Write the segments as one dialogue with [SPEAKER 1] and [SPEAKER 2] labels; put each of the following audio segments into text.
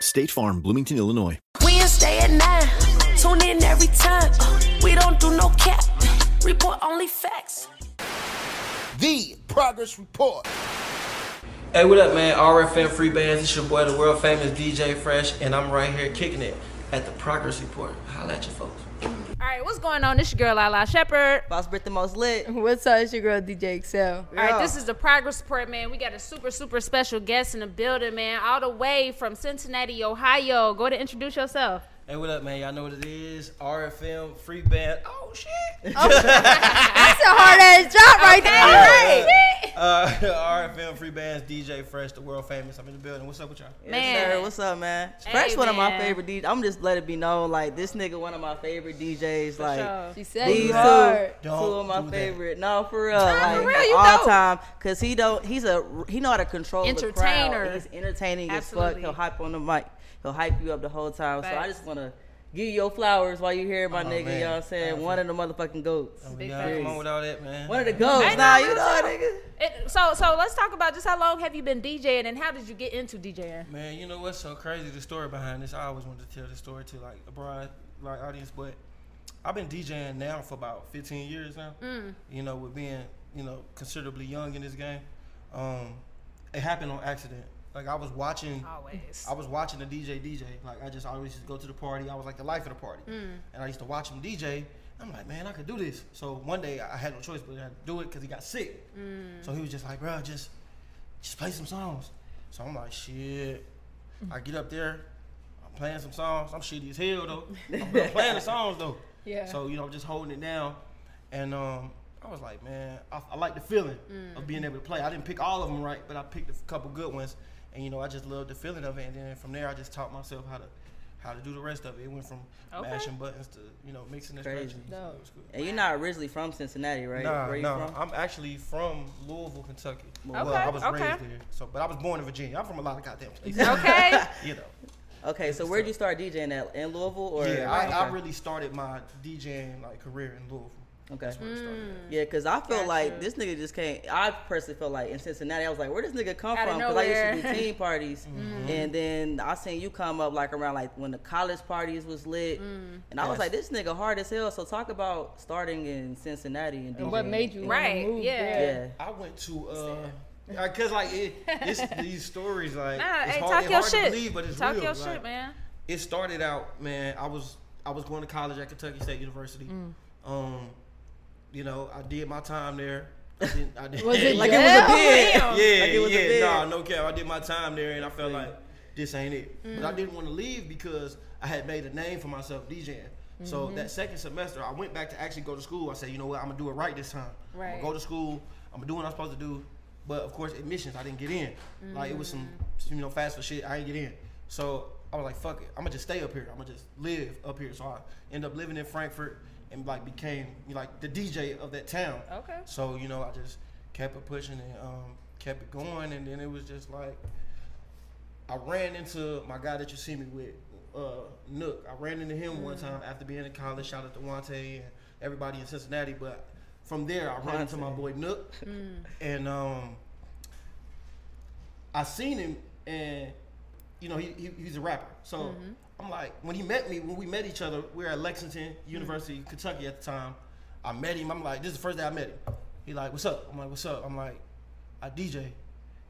[SPEAKER 1] State Farm, Bloomington, Illinois.
[SPEAKER 2] Wednesday at 9. Tune in every time. Uh, We don't do no cap. Report only facts.
[SPEAKER 3] The Progress Report.
[SPEAKER 4] Hey, what up, man? RFM Free Bands. It's your boy, the world famous DJ Fresh, and I'm right here kicking it at the Progress Report. Holla at your folks.
[SPEAKER 5] All right, what's going on? This your girl Lala Shepherd.
[SPEAKER 6] Boss Brit the most lit.
[SPEAKER 7] What's up? It's your girl DJ Excel.
[SPEAKER 5] All right, this is the progress report, man. We got a super, super special guest in the building, man, all the way from Cincinnati, Ohio. Go to introduce yourself.
[SPEAKER 4] Hey, what up, man? Y'all know what it is? RFM Free Band. Oh, shit.
[SPEAKER 7] That's a hard ass job right there. All right.
[SPEAKER 4] Uh, RFM Free Bands, DJ Fresh, the world famous. I'm in the building. What's up with y'all?
[SPEAKER 5] Man.
[SPEAKER 6] Yes, sir. What's up, man? Fresh
[SPEAKER 5] Hey,
[SPEAKER 6] one of my
[SPEAKER 5] man.
[SPEAKER 6] favorite DJs. I'm just let it be known, like this nigga one of my favorite DJs. like
[SPEAKER 5] sure.
[SPEAKER 7] She said
[SPEAKER 6] these
[SPEAKER 7] you
[SPEAKER 6] two,
[SPEAKER 7] hard.
[SPEAKER 6] two
[SPEAKER 4] Don't
[SPEAKER 6] of my
[SPEAKER 4] do that.
[SPEAKER 6] favorite. No, for real,
[SPEAKER 5] Nah, for
[SPEAKER 6] like
[SPEAKER 5] real, you
[SPEAKER 6] all
[SPEAKER 5] dope.
[SPEAKER 6] time. Cause he don't. He's a he know how to control The
[SPEAKER 5] Entertainer.
[SPEAKER 6] crowd. He's entertaining as
[SPEAKER 5] Absolutely.
[SPEAKER 6] fuck. He'll hype on the mic. He'll hype you up the whole time. So I
[SPEAKER 5] Facts.
[SPEAKER 6] just wanna give you your flowers while you here, my nigga.
[SPEAKER 4] Oh, man. Oh,
[SPEAKER 6] You know what I'm saying? One of the motherfucking goats.
[SPEAKER 5] Big
[SPEAKER 4] Y'all come
[SPEAKER 5] facts.
[SPEAKER 4] on with all that, man.
[SPEAKER 6] One of the goats.
[SPEAKER 5] Ain't
[SPEAKER 6] Nah,
[SPEAKER 5] no
[SPEAKER 6] you know, nigga.
[SPEAKER 5] It, so, so let's talk about just how long have you been DJing and how did you get into DJing?
[SPEAKER 4] Man, you know what's so crazy? The story behind this. I always wanted to tell the story to like a broad like audience, but I've been DJing now for about 15 years now. You know, with being you know considerably young in this game, um, it happened on accident. Like I was watching.
[SPEAKER 5] Always.
[SPEAKER 4] I was watching the DJ DJ. Like I just always used to go to the party. I was like the life of the party, and I used to watch him DJ. I'm like, man, I could do this. So one day I had no choice but to do it because he got sick. So he was just like, bro, just just play some songs. So I'm like, shit. I get up there, I'm playing some songs. I'm shitty as hell though. I'm, I'm playing the songs though.
[SPEAKER 7] Yeah.
[SPEAKER 4] So you know, I'm just holding it down, and um, I was like, man, I, I like the feeling of being able to play. I didn't pick all of them right, but I picked a couple good ones, and you know, I just loved the feeling of it. And then from there, I just taught myself how to. How to do the rest of it? It went from
[SPEAKER 5] Okay.
[SPEAKER 4] mashing buttons to you know mixing and
[SPEAKER 6] Crazy.
[SPEAKER 4] stretching. So it was cool.
[SPEAKER 6] And you're not originally from Cincinnati, right?
[SPEAKER 4] Nah,
[SPEAKER 6] Where you
[SPEAKER 4] nah.
[SPEAKER 6] from?
[SPEAKER 4] I'm actually from Louisville, Kentucky. Well,
[SPEAKER 5] Okay,
[SPEAKER 4] I was
[SPEAKER 5] okay.
[SPEAKER 4] raised there, so but I was born in Virginia. I'm from a lot of goddamn places,
[SPEAKER 5] Okay.
[SPEAKER 4] you know.
[SPEAKER 6] Okay, so where'd you start DJing at? In Louisville or?
[SPEAKER 4] yeah, I, I
[SPEAKER 6] okay.
[SPEAKER 4] really started my DJing like career in Louisville.
[SPEAKER 6] Okay.
[SPEAKER 4] That's where I
[SPEAKER 5] Mm.
[SPEAKER 4] started. at.
[SPEAKER 6] Yeah, cause I feel like this nigga just came. I personally felt like in Cincinnati, I was like, where this nigga come
[SPEAKER 5] Outta
[SPEAKER 6] from? Cause I used to
[SPEAKER 5] nowhere. Mm-hmm.
[SPEAKER 6] do team parties, and then I seen you come up like around like when the college parties was lit,
[SPEAKER 5] Mm.
[SPEAKER 6] and I
[SPEAKER 4] Yes.
[SPEAKER 6] was like, this nigga hard as hell. So talk about starting in Cincinnati and,
[SPEAKER 7] And what
[SPEAKER 6] DJing.
[SPEAKER 7] made you wanna
[SPEAKER 5] Right,
[SPEAKER 7] move?
[SPEAKER 5] yeah.
[SPEAKER 6] Yeah.
[SPEAKER 4] I went to uh, I- cause like it, it's these stories like
[SPEAKER 5] Nah,
[SPEAKER 4] it's
[SPEAKER 5] hey,
[SPEAKER 4] hard,
[SPEAKER 5] talk
[SPEAKER 4] it's
[SPEAKER 5] your
[SPEAKER 4] hard
[SPEAKER 5] shit.
[SPEAKER 4] to believe, but it's
[SPEAKER 5] talk
[SPEAKER 4] real.
[SPEAKER 5] your
[SPEAKER 4] like,
[SPEAKER 5] shit, man.
[SPEAKER 4] It started out, man. I was I was going to college at Kentucky State University.
[SPEAKER 5] Mm.
[SPEAKER 4] Um, you know, I did my time there. I didn't, I didn't,
[SPEAKER 7] Was it
[SPEAKER 6] Like
[SPEAKER 7] good?
[SPEAKER 6] it was a bid.
[SPEAKER 5] Damn.
[SPEAKER 4] Yeah,
[SPEAKER 6] Like it was a
[SPEAKER 4] yeah,
[SPEAKER 6] bid.
[SPEAKER 4] nah, no cap. I did my time there, and I felt like this ain't it. But I didn't want to leave because I had made a name for myself DJing. So
[SPEAKER 6] Mm-hmm.
[SPEAKER 4] that second semester, I went back to actually go to school. I said, you know what, I'm gonna do it right this time. I'm
[SPEAKER 5] Right.
[SPEAKER 4] gonna go to school. I'm gonna do what I'm supposed to do. But of course, admissions, I didn't get in. Like it was some,
[SPEAKER 6] Mm-hmm.
[SPEAKER 4] you know, fast for shit. I didn't get in. So I was like, fuck it. I'm gonna just stay up here. I'm gonna just live up here. So I end up living in Frankfurt and like became like the DJ of that town.
[SPEAKER 5] Okay.
[SPEAKER 4] So you know, I just kept it pushing and um, kept it going, and then it was just like I ran into my guy that you see me with, uh, Nook. I ran into him one time after being in college. Shout out to Wante and everybody in Cincinnati. But from there, I ran into my boy Nook, and um, I seen him, and you know, he, he he's a rapper. So
[SPEAKER 5] Mm-hmm.
[SPEAKER 4] I'm like, when he met me, when we met each other, we were at Lexington University,
[SPEAKER 5] Mm-hmm.
[SPEAKER 4] Kentucky at the time. I met him. I'm like, this is the first day I met him. He like, what's up? I'm like, what's up? I'm like, I DJ.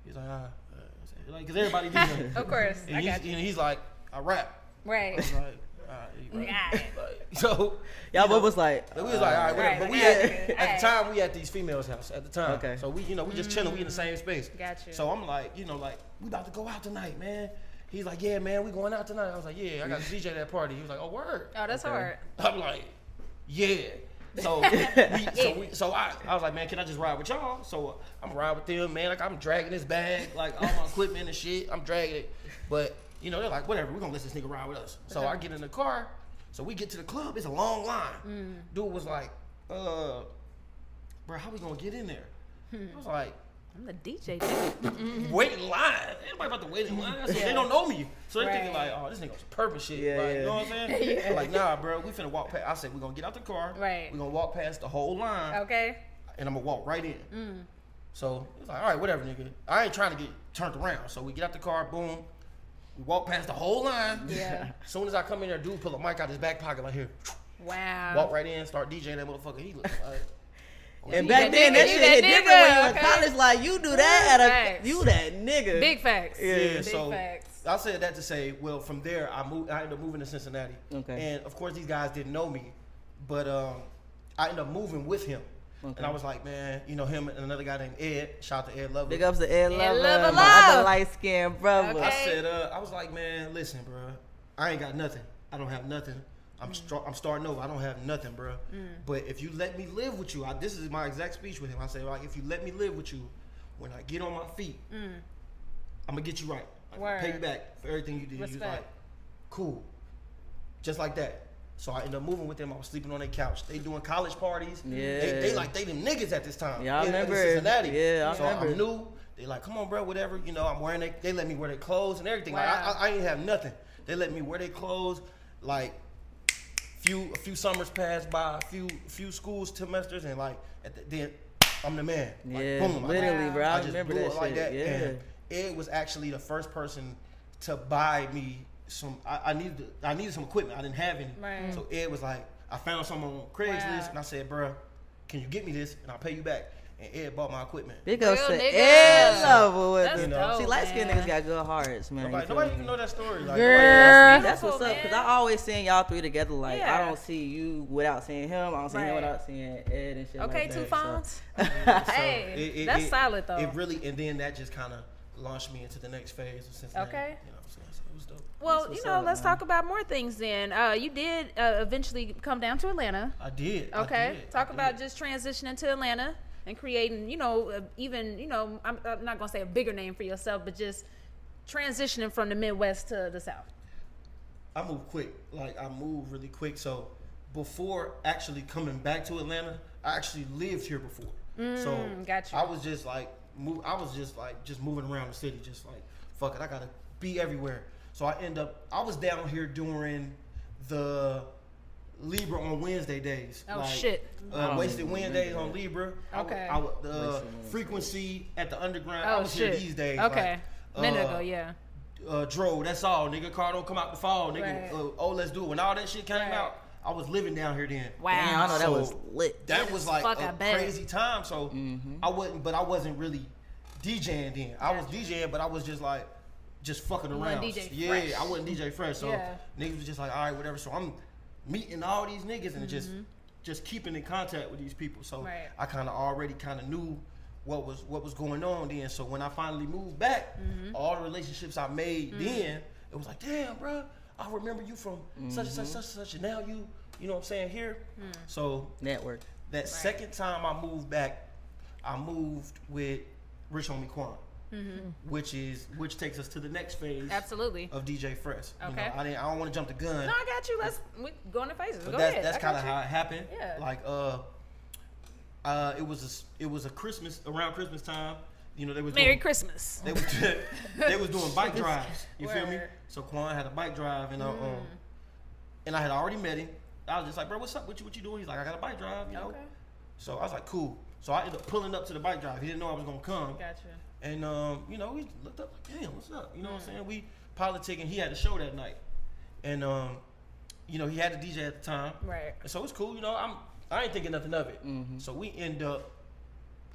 [SPEAKER 4] He's like, ah. uh, like, cause everybody DJ.
[SPEAKER 5] Of course.
[SPEAKER 4] And
[SPEAKER 5] I
[SPEAKER 4] he's,
[SPEAKER 5] got you.
[SPEAKER 4] and he's like, I rap.
[SPEAKER 5] Right.
[SPEAKER 4] I'm like, alright, you right.
[SPEAKER 5] Got it.
[SPEAKER 4] Like, so
[SPEAKER 6] Y'all both was like,
[SPEAKER 4] we was like, all right, whatever.
[SPEAKER 5] Right,
[SPEAKER 4] But we
[SPEAKER 5] right,
[SPEAKER 4] at,
[SPEAKER 5] right.
[SPEAKER 4] at the time we at these females' house at the time.
[SPEAKER 6] Okay.
[SPEAKER 4] So we, you know, we just chilling. We in the same
[SPEAKER 5] Mm-hmm.
[SPEAKER 4] space.
[SPEAKER 5] Gotcha.
[SPEAKER 4] So I'm like, you know, like we about to go out tonight, man. He's like, yeah, man, we going out tonight. I was like, yeah, I got to DJ that party. He was like, oh, word.
[SPEAKER 5] Oh, that's hard.
[SPEAKER 4] I'm like, yeah. So, we, so, we, so I, I was like, man, can I just ride with y'all? So uh, I'm riding with them, man. Like I'm dragging this bag, like all my equipment and shit. I'm dragging it, but you know they're like, whatever. We're gonna let this nigga ride with us. So I get in the car, So we get to the club, it's a long line. Dude was like, uh, bro, how we gonna get in there? I was like,
[SPEAKER 5] I'm the DJ. dude.
[SPEAKER 4] wait in line. Everybody about to wait in line. I said, They don't know me. So they thinking like,
[SPEAKER 5] Right.
[SPEAKER 4] oh, this nigga was purple shit.
[SPEAKER 6] Yeah,
[SPEAKER 4] like,
[SPEAKER 6] yeah.
[SPEAKER 4] You know what I'm saying? I'm Like, nah, bro, we finna walk past. I said, we gonna get out the car.
[SPEAKER 5] Right. Oh.
[SPEAKER 4] we gonna walk past the whole line
[SPEAKER 5] okay.
[SPEAKER 4] and I'm gonna walk right in.
[SPEAKER 5] Mm.
[SPEAKER 4] So it was like, all right, whatever, nigga. I ain't trying to get turned around. So we get out the car, boom. We walk past the whole line.
[SPEAKER 5] Yeah. Uh-huh.
[SPEAKER 4] As soon as I come in there, dude pull a mic out his back pocket like here.
[SPEAKER 5] Wow.
[SPEAKER 4] Walk right in, start DJing that motherfucker. He look like
[SPEAKER 6] And back
[SPEAKER 5] that
[SPEAKER 6] then, that
[SPEAKER 5] nigga,
[SPEAKER 6] shit
[SPEAKER 5] you that
[SPEAKER 6] hit different when you
[SPEAKER 5] nigga,
[SPEAKER 6] in
[SPEAKER 5] okay.
[SPEAKER 6] college. Like, you do that at
[SPEAKER 5] Facts.
[SPEAKER 6] a, you that nigga.
[SPEAKER 5] Big facts.
[SPEAKER 6] Yeah.
[SPEAKER 4] Yeah,
[SPEAKER 5] Big
[SPEAKER 4] so
[SPEAKER 5] facts.
[SPEAKER 4] I said that to say, well, from there I moved. I ended up moving to Cincinnati.
[SPEAKER 6] Okay.
[SPEAKER 4] And of course, these guys didn't know me, but um, I ended up moving with him. And I was like, man, you know him and another guy named Ed. Shout out to Ed Love.
[SPEAKER 6] Big ups to Ed Lover,
[SPEAKER 5] Lover
[SPEAKER 6] my other
[SPEAKER 5] Love.
[SPEAKER 6] light skinned brother.
[SPEAKER 4] I
[SPEAKER 5] Okay.
[SPEAKER 4] said, uh, I was like, man, listen, bro, I ain't got nothing. I don't have nothing.
[SPEAKER 5] Mm.
[SPEAKER 4] I'm str- I'm starting over. I don't have nothing, bro. But if you let me live with you, I, this is my exact speech with him. I said, like, if you let me live with you, when I get on my feet, I'm gonna get you right. I'm gonna pay you
[SPEAKER 5] Mm. Word.
[SPEAKER 4] back for everything you did. You was
[SPEAKER 5] Respect.
[SPEAKER 4] like, cool, just like that. So I ended up moving with them. I was sleeping on their couch. They doing college parties. They, they
[SPEAKER 6] Yeah.
[SPEAKER 4] like they them niggas at this time.
[SPEAKER 6] Yeah, I
[SPEAKER 4] In- in
[SPEAKER 6] remember.
[SPEAKER 4] Cincinnati.
[SPEAKER 6] Yeah, I
[SPEAKER 4] so
[SPEAKER 6] remember.
[SPEAKER 4] I'm new. They like, come on, bro, whatever. You know, I'm wearing. They, they let me wear their clothes and everything.
[SPEAKER 5] Wow.
[SPEAKER 4] Like, I, I, I ain't have nothing. They let me wear their clothes. Like, few a few summers passed by, a few few school semesters, and like at the, then I'm the man. Like,
[SPEAKER 6] Yeah,
[SPEAKER 4] boom, I-
[SPEAKER 6] literally, bro. I
[SPEAKER 4] just
[SPEAKER 6] remember
[SPEAKER 4] blew
[SPEAKER 6] that
[SPEAKER 4] it like
[SPEAKER 6] shit,
[SPEAKER 4] that. And Ed was actually the first person to buy me some. I, I needed I needed some equipment. I didn't have any.
[SPEAKER 5] Right.
[SPEAKER 4] So Ed was like, I found some on Craigslist,
[SPEAKER 5] Wow.
[SPEAKER 4] and I said, bruh, can you get me this? And I'll pay you back. And Ed bought my equipment.
[SPEAKER 6] Big ups
[SPEAKER 5] Real
[SPEAKER 6] to
[SPEAKER 5] nigga.
[SPEAKER 6] Ed Lover. with
[SPEAKER 5] That's
[SPEAKER 6] it.
[SPEAKER 5] dope,
[SPEAKER 6] See, light skinned
[SPEAKER 5] man.
[SPEAKER 6] niggas got good hearts, man.
[SPEAKER 4] Nobody,
[SPEAKER 6] You feel
[SPEAKER 4] nobody
[SPEAKER 6] me?
[SPEAKER 4] even know that story. Like,
[SPEAKER 7] Girl.
[SPEAKER 6] That's what's up. Cause I always seeing y'all three together. Like I
[SPEAKER 5] Yeah.
[SPEAKER 6] don't see you without seeing him. I don't see him
[SPEAKER 5] Right.
[SPEAKER 6] without seeing Ed and shit.
[SPEAKER 5] Okay,
[SPEAKER 6] like
[SPEAKER 5] two
[SPEAKER 6] that,
[SPEAKER 5] phones.
[SPEAKER 6] So.
[SPEAKER 5] hey,
[SPEAKER 4] It- it-
[SPEAKER 5] that's
[SPEAKER 4] it-
[SPEAKER 5] solid though.
[SPEAKER 4] It really, and then that just kind of launched me into the next phase of Cincinnati.
[SPEAKER 5] Okay.
[SPEAKER 4] You know what I'm saying? So it was dope.
[SPEAKER 5] well, you
[SPEAKER 6] what's
[SPEAKER 5] know,
[SPEAKER 6] up,
[SPEAKER 5] let's
[SPEAKER 6] man.
[SPEAKER 5] talk about more things then. Uh, you did uh, eventually come down to Atlanta.
[SPEAKER 4] I did. I
[SPEAKER 5] Okay,
[SPEAKER 4] did, I
[SPEAKER 5] talk
[SPEAKER 4] did.
[SPEAKER 5] about just transitioning to Atlanta and creating, you know, uh, even you know, I'm, I'm not gonna say a bigger name for yourself, but just transitioning from the Midwest to the South.
[SPEAKER 4] I move quick. Like I move really quick. So before actually coming back to Atlanta, I actually lived here before.
[SPEAKER 5] Mm,
[SPEAKER 4] so
[SPEAKER 5] got you.
[SPEAKER 4] I was just like move. I was just like just moving around the city, just like fuck it. I gotta be everywhere. So I end up. I was down here during the Libra on Wednesday days.
[SPEAKER 5] Oh, shit.
[SPEAKER 4] Uh, wasted Wednesdays on Libra. I
[SPEAKER 5] Okay.
[SPEAKER 4] would- I would- the frequency at the underground. I
[SPEAKER 5] Oh
[SPEAKER 4] was
[SPEAKER 5] shit.
[SPEAKER 4] here these days.
[SPEAKER 5] Okay,
[SPEAKER 4] like,
[SPEAKER 5] minute
[SPEAKER 4] uh,
[SPEAKER 5] ago, yeah.
[SPEAKER 4] uh, Dro, that's all, nigga. Car don't come out the fall, nigga.
[SPEAKER 5] Right.
[SPEAKER 4] Uh, oh, let's do it. When all that shit came
[SPEAKER 5] Right.
[SPEAKER 4] out, I was living down here then.
[SPEAKER 5] Wow.
[SPEAKER 6] Damn, I know that
[SPEAKER 4] So,
[SPEAKER 6] was lit.
[SPEAKER 4] That was like
[SPEAKER 5] Fuck, I
[SPEAKER 4] a
[SPEAKER 5] bet.
[SPEAKER 4] crazy time. So I wasn't, but I wasn't really DJing then. I was DJing, but I was just like, just fucking around.
[SPEAKER 5] DJ
[SPEAKER 4] yeah,
[SPEAKER 5] fresh.
[SPEAKER 4] I wasn't DJ fresh. So
[SPEAKER 5] Yeah.
[SPEAKER 4] niggas was just like, all right, whatever. So I'm meeting all these niggas and just just keeping in contact with these people. So
[SPEAKER 5] Mm-hmm. Right.
[SPEAKER 4] I kind of already kind of knew what was what was going on then. So when I finally moved back,
[SPEAKER 5] Mm-hmm.
[SPEAKER 4] all the relationships I made then, it was like, damn, bro, I remember you from such and such such and such, and now you, you know what I'm saying here.
[SPEAKER 5] Hmm.
[SPEAKER 4] So
[SPEAKER 6] Network.
[SPEAKER 4] that second time I moved back, I moved with Rich Homie Quan,
[SPEAKER 5] Mm-hmm.
[SPEAKER 4] which is which takes us to the next phase
[SPEAKER 5] Absolutely.
[SPEAKER 4] of DJ Fresh. You know,
[SPEAKER 5] Okay.
[SPEAKER 4] I didn't. I don't want to jump the gun.
[SPEAKER 5] No, I got you. Let's we go into phases.
[SPEAKER 4] But
[SPEAKER 5] go
[SPEAKER 4] that's
[SPEAKER 5] ahead.
[SPEAKER 4] that's
[SPEAKER 5] I got
[SPEAKER 4] kind of
[SPEAKER 5] you.
[SPEAKER 4] how it happened.
[SPEAKER 5] Yeah.
[SPEAKER 4] Like uh, uh, it was a s it was a Christmas around Christmas time. You know they was
[SPEAKER 5] Merry
[SPEAKER 4] doing,
[SPEAKER 5] Christmas.
[SPEAKER 4] They was they was doing bike drives. You feel me?
[SPEAKER 5] Word. Mm-hmm.
[SPEAKER 4] So Quan had a bike drive and uh, um, and I had already met him. I was just like, bro, what's up? What you what you doing? He's like, I got a bike drive. You know.
[SPEAKER 5] Okay.
[SPEAKER 4] So I was like, cool. So I ended up pulling up to the bike drive. He didn't know I was gonna come.
[SPEAKER 5] Gotcha.
[SPEAKER 4] And um, you know, we looked up like, damn, what's up? You know what I'm
[SPEAKER 5] Mm.
[SPEAKER 4] saying? We politicking. He had a show that night, and um, you know, he had a DJ at the time.
[SPEAKER 5] Right.
[SPEAKER 4] And so it's cool. You know, I'm I ain't thinking nothing of it.
[SPEAKER 6] Mm-hmm.
[SPEAKER 4] So we end up.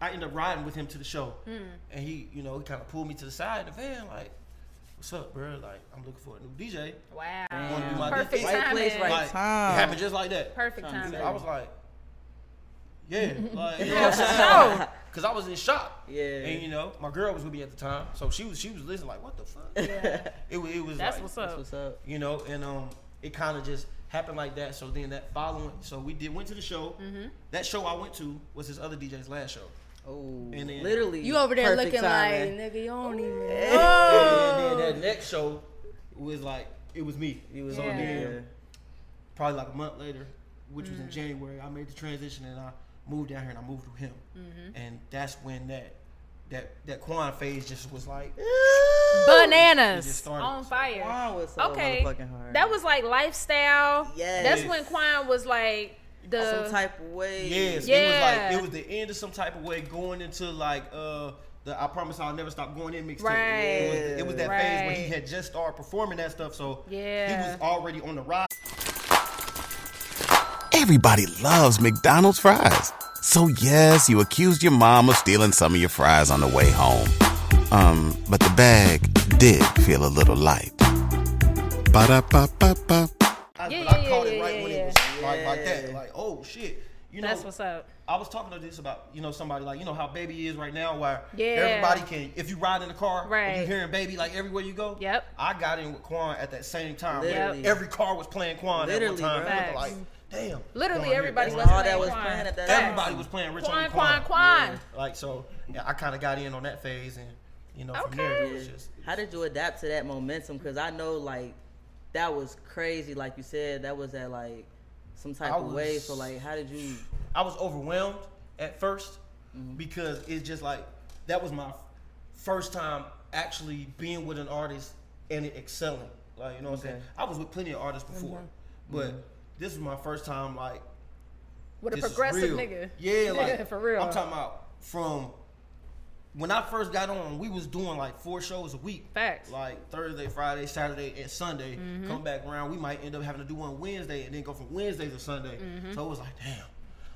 [SPEAKER 4] I end up riding with him to the show,
[SPEAKER 5] Hmm.
[SPEAKER 4] and he, you know, he kind of pulled me to the side of the van, like, "What's up, bro? Like, I'm looking for a new DJ.
[SPEAKER 5] Wow.
[SPEAKER 4] Wanna do my
[SPEAKER 5] Perfect
[SPEAKER 4] DJ?"
[SPEAKER 6] Right
[SPEAKER 5] timing.
[SPEAKER 6] place, right
[SPEAKER 4] Like,
[SPEAKER 6] time.
[SPEAKER 4] It happened just like that.
[SPEAKER 5] Perfect timing.
[SPEAKER 4] I was like, yeah, like, you know what I'm saying? Cause I was in shock.
[SPEAKER 6] Yeah.
[SPEAKER 4] And you know, my girl was with me at the time, so she was she was listening like, what the fuck? It was it was
[SPEAKER 5] That's
[SPEAKER 4] like,
[SPEAKER 5] what's
[SPEAKER 6] That's
[SPEAKER 5] up.
[SPEAKER 6] what's up.
[SPEAKER 4] you know, and um, it kind of just happened like that. So then that following, so we did went to the show. That show I went to was his other DJ's last show.
[SPEAKER 6] Oh,
[SPEAKER 4] And then-
[SPEAKER 6] literally.
[SPEAKER 7] You over there
[SPEAKER 6] perfect
[SPEAKER 7] looking
[SPEAKER 6] timing.
[SPEAKER 7] like, oh, nigga, you don't even.
[SPEAKER 4] And then that next show was like it was me.
[SPEAKER 6] He was
[SPEAKER 5] Yeah.
[SPEAKER 6] on there.
[SPEAKER 4] probably like a month later, which was in January, I made the transition and I moved down here and I moved with him. And that's when that that that Quan phase just was like It just
[SPEAKER 5] Bananas
[SPEAKER 4] started.
[SPEAKER 5] on fire.
[SPEAKER 6] Quan was so
[SPEAKER 5] okay,
[SPEAKER 6] motherfucking hard.
[SPEAKER 5] that was like lifestyle.
[SPEAKER 6] Yes.
[SPEAKER 5] that's when Quan was like the
[SPEAKER 6] Oh, some type of way.
[SPEAKER 4] Yes,
[SPEAKER 5] Yeah.
[SPEAKER 4] it was like it was the end of some type of way going into like uh the I promise I'll never stop going in mixtape. It, was,
[SPEAKER 5] Right.
[SPEAKER 4] it was that phase where he
[SPEAKER 5] Right.
[SPEAKER 4] had just started performing that stuff, so he
[SPEAKER 5] Yeah.
[SPEAKER 4] was already on the rise.
[SPEAKER 8] Everybody loves McDonald's fries. So yes, you accused your mom of stealing some of your fries on the way home. Um, but the bag did feel a little light. Ba-da-ba-ba-ba.
[SPEAKER 4] I,
[SPEAKER 5] Yeah,
[SPEAKER 4] but I
[SPEAKER 5] yeah,
[SPEAKER 4] caught
[SPEAKER 5] yeah,
[SPEAKER 4] it right
[SPEAKER 5] yeah,
[SPEAKER 4] when it
[SPEAKER 5] yeah.
[SPEAKER 4] was like, like that. Like, oh shit. You know,
[SPEAKER 5] That's what's up.
[SPEAKER 4] I was talking to this about, you know, somebody like, you know how baby is right now where
[SPEAKER 5] Yeah.
[SPEAKER 4] everybody can if you ride in the car and you
[SPEAKER 5] Right.
[SPEAKER 4] hearing baby like everywhere you go.
[SPEAKER 5] Yep.
[SPEAKER 4] I got in with Quan at that same time. where
[SPEAKER 6] Literally.
[SPEAKER 4] Every car was playing Quan at one
[SPEAKER 6] Literally,
[SPEAKER 4] time.
[SPEAKER 6] bro.
[SPEAKER 4] It was
[SPEAKER 5] Facts.
[SPEAKER 4] Like, damn.
[SPEAKER 5] Literally
[SPEAKER 4] Quan,
[SPEAKER 5] everybody
[SPEAKER 4] yeah,
[SPEAKER 5] was
[SPEAKER 4] that's
[SPEAKER 6] all that
[SPEAKER 5] playing
[SPEAKER 6] was
[SPEAKER 5] Quan.
[SPEAKER 6] playing at that
[SPEAKER 5] Facts.
[SPEAKER 4] Everybody was playing Rich
[SPEAKER 5] Quan,
[SPEAKER 4] on
[SPEAKER 5] Quan,
[SPEAKER 4] Quan.
[SPEAKER 5] Quan.
[SPEAKER 4] Like so, yeah, I kind of got in on that phase, and you know, from there it was just
[SPEAKER 6] How did you adapt to that momentum? Because I know like that was crazy. Like you said, that was at like some type
[SPEAKER 4] I
[SPEAKER 6] of way.
[SPEAKER 4] was-
[SPEAKER 6] So like, how did you?
[SPEAKER 4] I was overwhelmed at 1st because it's just like that was my f- first time actually being with an artist and it excelling. Like you know what I'm saying? I was with plenty of artists before, but this was my first time like
[SPEAKER 5] with a
[SPEAKER 4] this is
[SPEAKER 5] progressive
[SPEAKER 4] real.
[SPEAKER 5] nigga.
[SPEAKER 4] Yeah, like
[SPEAKER 5] for real.
[SPEAKER 4] I'm talking about from when I first got on, we was doing like four shows a week.
[SPEAKER 5] Facts. Mm-hmm.
[SPEAKER 4] Like Thursday, Friday, Saturday, and Sunday. Come back around, we might end up having to do one Wednesday, and then go from Wednesday to Sunday.
[SPEAKER 5] Mm-hmm.
[SPEAKER 4] So it was like, damn.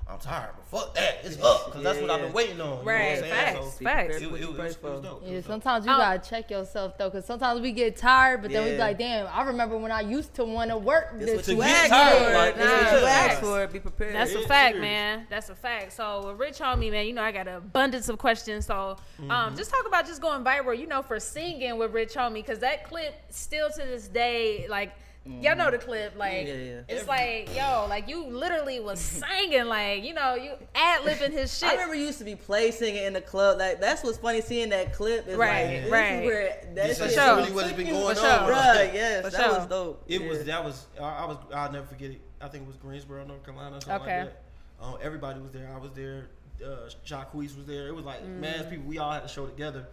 [SPEAKER 4] I'm tired, but fuck that. It's up because that's what I've been waiting on.
[SPEAKER 5] Right,
[SPEAKER 4] You know what I'm saying?
[SPEAKER 5] facts,
[SPEAKER 4] So
[SPEAKER 5] facts.
[SPEAKER 4] It, it, it, was- it was dope. It
[SPEAKER 7] Yeah,
[SPEAKER 4] was dope.
[SPEAKER 7] sometimes you
[SPEAKER 5] Um,
[SPEAKER 7] gotta check yourself though, because sometimes we get tired, but then we be
[SPEAKER 6] Yeah.
[SPEAKER 7] like, damn, I remember when I used to want to work
[SPEAKER 6] This
[SPEAKER 7] this,
[SPEAKER 6] what you
[SPEAKER 7] way.
[SPEAKER 6] asked for.
[SPEAKER 4] tired.
[SPEAKER 6] Like, this what
[SPEAKER 5] Nah.
[SPEAKER 6] you asked
[SPEAKER 5] Facts.
[SPEAKER 6] for. Be prepared.
[SPEAKER 5] That's a
[SPEAKER 4] It
[SPEAKER 5] fact,
[SPEAKER 4] is.
[SPEAKER 5] man. That's a fact. So with Rich Homie, man, you know I got an abundance of questions. So um, just talk about just going viral, you know, for singing with Rich Homie, because that clip still to this day, like. Y'all know the clip, like
[SPEAKER 6] Yeah, yeah.
[SPEAKER 5] it's like yo, like you literally was singing, like you know, you ad libbing his shit.
[SPEAKER 6] I remember you used to be play singing in the club. Like that's what's funny seeing that clip. Is
[SPEAKER 5] Right,
[SPEAKER 6] like, this
[SPEAKER 5] right.
[SPEAKER 6] Is where that
[SPEAKER 4] This
[SPEAKER 6] shit
[SPEAKER 4] is
[SPEAKER 5] sure.
[SPEAKER 4] really what has been going
[SPEAKER 5] For
[SPEAKER 4] on.
[SPEAKER 5] sure.
[SPEAKER 6] Bruh, yes,
[SPEAKER 5] For
[SPEAKER 6] that
[SPEAKER 5] sure.
[SPEAKER 6] was dope.
[SPEAKER 4] It
[SPEAKER 6] Yeah.
[SPEAKER 4] was that was I, I was I'll never forget it. I think it was Greensboro, North Carolina, or something
[SPEAKER 5] Okay.
[SPEAKER 4] like that. Um, everybody was there. I was there. Uh, Jacques was there. It was like
[SPEAKER 5] Mm.
[SPEAKER 4] mass people. We all had a show together,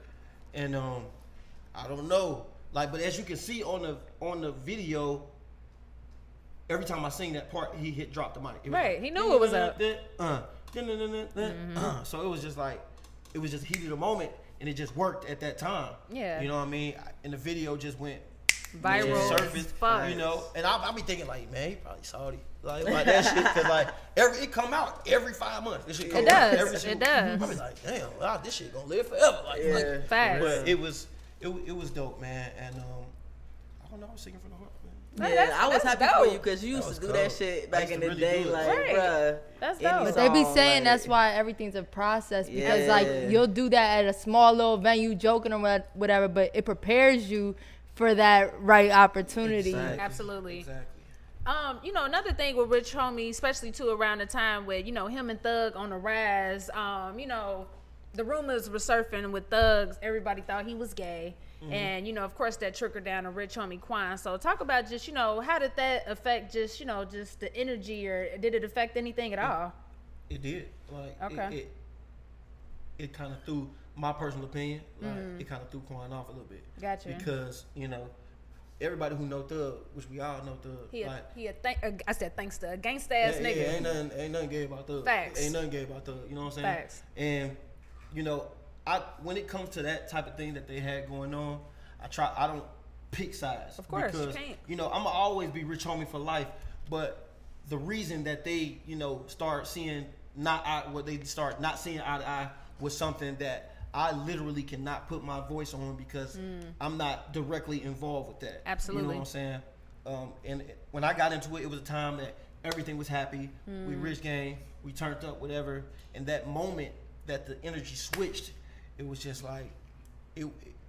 [SPEAKER 4] and um, I don't know. Like, but as you can see on the on the video, every time I sing that part, he hit drop the mic. It was
[SPEAKER 5] Right, he knew it was up. Mm-hmm.
[SPEAKER 4] uh, uh, So it was just like, it was just heated a moment, and it just worked at that time.
[SPEAKER 5] Yeah.
[SPEAKER 4] you know what I mean. I- And the video just went
[SPEAKER 5] Viral
[SPEAKER 4] just
[SPEAKER 5] as
[SPEAKER 4] surfaced,
[SPEAKER 5] fuck.
[SPEAKER 4] you know. And I, I be thinking like, man, he probably salty, like, like that shit, because like every it come out every five months. This shit come
[SPEAKER 5] It
[SPEAKER 4] out
[SPEAKER 5] does.
[SPEAKER 4] every
[SPEAKER 5] It
[SPEAKER 4] single-
[SPEAKER 5] does.
[SPEAKER 4] I be like, damn, wow, this shit gonna live forever. Like, yeah. like
[SPEAKER 5] Facts.
[SPEAKER 4] But it was it, wa- it was dope, man. And um, I don't know, I was singing from the heart, man.
[SPEAKER 6] Yeah,
[SPEAKER 5] that's-
[SPEAKER 6] I was
[SPEAKER 5] that's
[SPEAKER 6] happy for
[SPEAKER 5] dope.
[SPEAKER 6] you because you used
[SPEAKER 4] was
[SPEAKER 6] to do that
[SPEAKER 4] dope.
[SPEAKER 6] shit
[SPEAKER 4] I
[SPEAKER 6] back
[SPEAKER 4] used
[SPEAKER 6] in
[SPEAKER 4] to
[SPEAKER 6] the
[SPEAKER 4] really
[SPEAKER 6] day,
[SPEAKER 4] do it.
[SPEAKER 6] like
[SPEAKER 5] Right.
[SPEAKER 6] bruh.
[SPEAKER 5] That's
[SPEAKER 6] any
[SPEAKER 5] dope.
[SPEAKER 7] But they be
[SPEAKER 6] song,
[SPEAKER 7] saying
[SPEAKER 6] like-
[SPEAKER 7] that's why everything's a process because
[SPEAKER 6] Yeah.
[SPEAKER 7] like you'll do that at a small little venue joking or what- whatever, but it prepares you for that right opportunity.
[SPEAKER 5] Absolutely.
[SPEAKER 4] Exactly.
[SPEAKER 5] Um, you know, another thing with Rich Homie, especially too around the time with, you know, him and Thug on the rise, um, you know, the rumors were surfing with Thugs. Everybody thought he was gay.
[SPEAKER 4] Mm-hmm.
[SPEAKER 5] And, you know, of course that trickled down to Rich Homie Quan. So talk about just, you know, how did that affect just, you know, just the energy or did it affect anything
[SPEAKER 4] Mm.
[SPEAKER 5] at all?
[SPEAKER 4] It did. Like
[SPEAKER 5] Okay.
[SPEAKER 4] it it, it kind of threw my personal opinion. Like it kind of threw Quan off a little bit.
[SPEAKER 5] Mm-hmm. Gotcha.
[SPEAKER 4] Because you know everybody who know Thug, which we all know Thug,
[SPEAKER 5] He a,
[SPEAKER 4] like.
[SPEAKER 5] he a thank uh, I said thanks to a gangsta ass
[SPEAKER 4] Yeah,
[SPEAKER 5] nigga.
[SPEAKER 4] yeah, ain't nothing, ain't nothing gay about Thug.
[SPEAKER 5] Facts.
[SPEAKER 4] Ain't nothing gay about Thug. You know what I'm saying?
[SPEAKER 5] Facts.
[SPEAKER 4] And you know, I when it comes to that type of thing that they had going on, I try. I don't pick sides.
[SPEAKER 5] Of course, you
[SPEAKER 4] because,
[SPEAKER 5] can't.
[SPEAKER 4] You know, I'ma always be rich homie for life. But the reason that they, you know, start seeing not eye, what they start not seeing eye to eye was something that. I literally cannot put my voice on because I'm not directly involved with that. You know
[SPEAKER 5] Mm. Absolutely.
[SPEAKER 4] what I'm saying? Um, and it- when I got into it, it was a time that everything was happy.
[SPEAKER 5] Hmm.
[SPEAKER 4] We rich game. We turned up, whatever. And that moment that the energy switched, it was just like it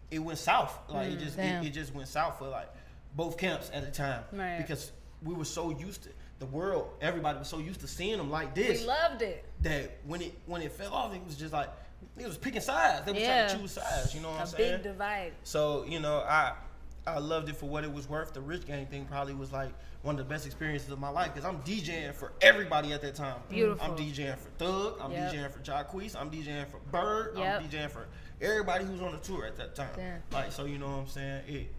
[SPEAKER 4] it went south. Like
[SPEAKER 5] Hmm,
[SPEAKER 4] it just
[SPEAKER 7] Damn.
[SPEAKER 4] it, it just went south for like both camps at a time
[SPEAKER 5] Right.
[SPEAKER 4] because we were so used to the world. Everybody was so used to seeing them like this
[SPEAKER 5] We loved it.
[SPEAKER 4] that when it when it fell off, it was just like it was picking sides. They were trying
[SPEAKER 5] Yeah.
[SPEAKER 4] to choose sides. You know what
[SPEAKER 5] A
[SPEAKER 4] I'm
[SPEAKER 5] big
[SPEAKER 4] saying?
[SPEAKER 5] divide.
[SPEAKER 4] So you know, I I loved it for what it was worth. The Rich Gang thing probably was like one of the best experiences of my life because I'm DJing for everybody at that time.
[SPEAKER 5] Beautiful.
[SPEAKER 4] I'm DJing for Thug. I'm
[SPEAKER 5] Yep.
[SPEAKER 4] DJing for Jacquees. I'm DJing for Bird.
[SPEAKER 5] Yep.
[SPEAKER 4] I'm DJing for everybody who's on the tour at that time.
[SPEAKER 5] Yeah.
[SPEAKER 4] Like so, you know what I'm saying? It, it-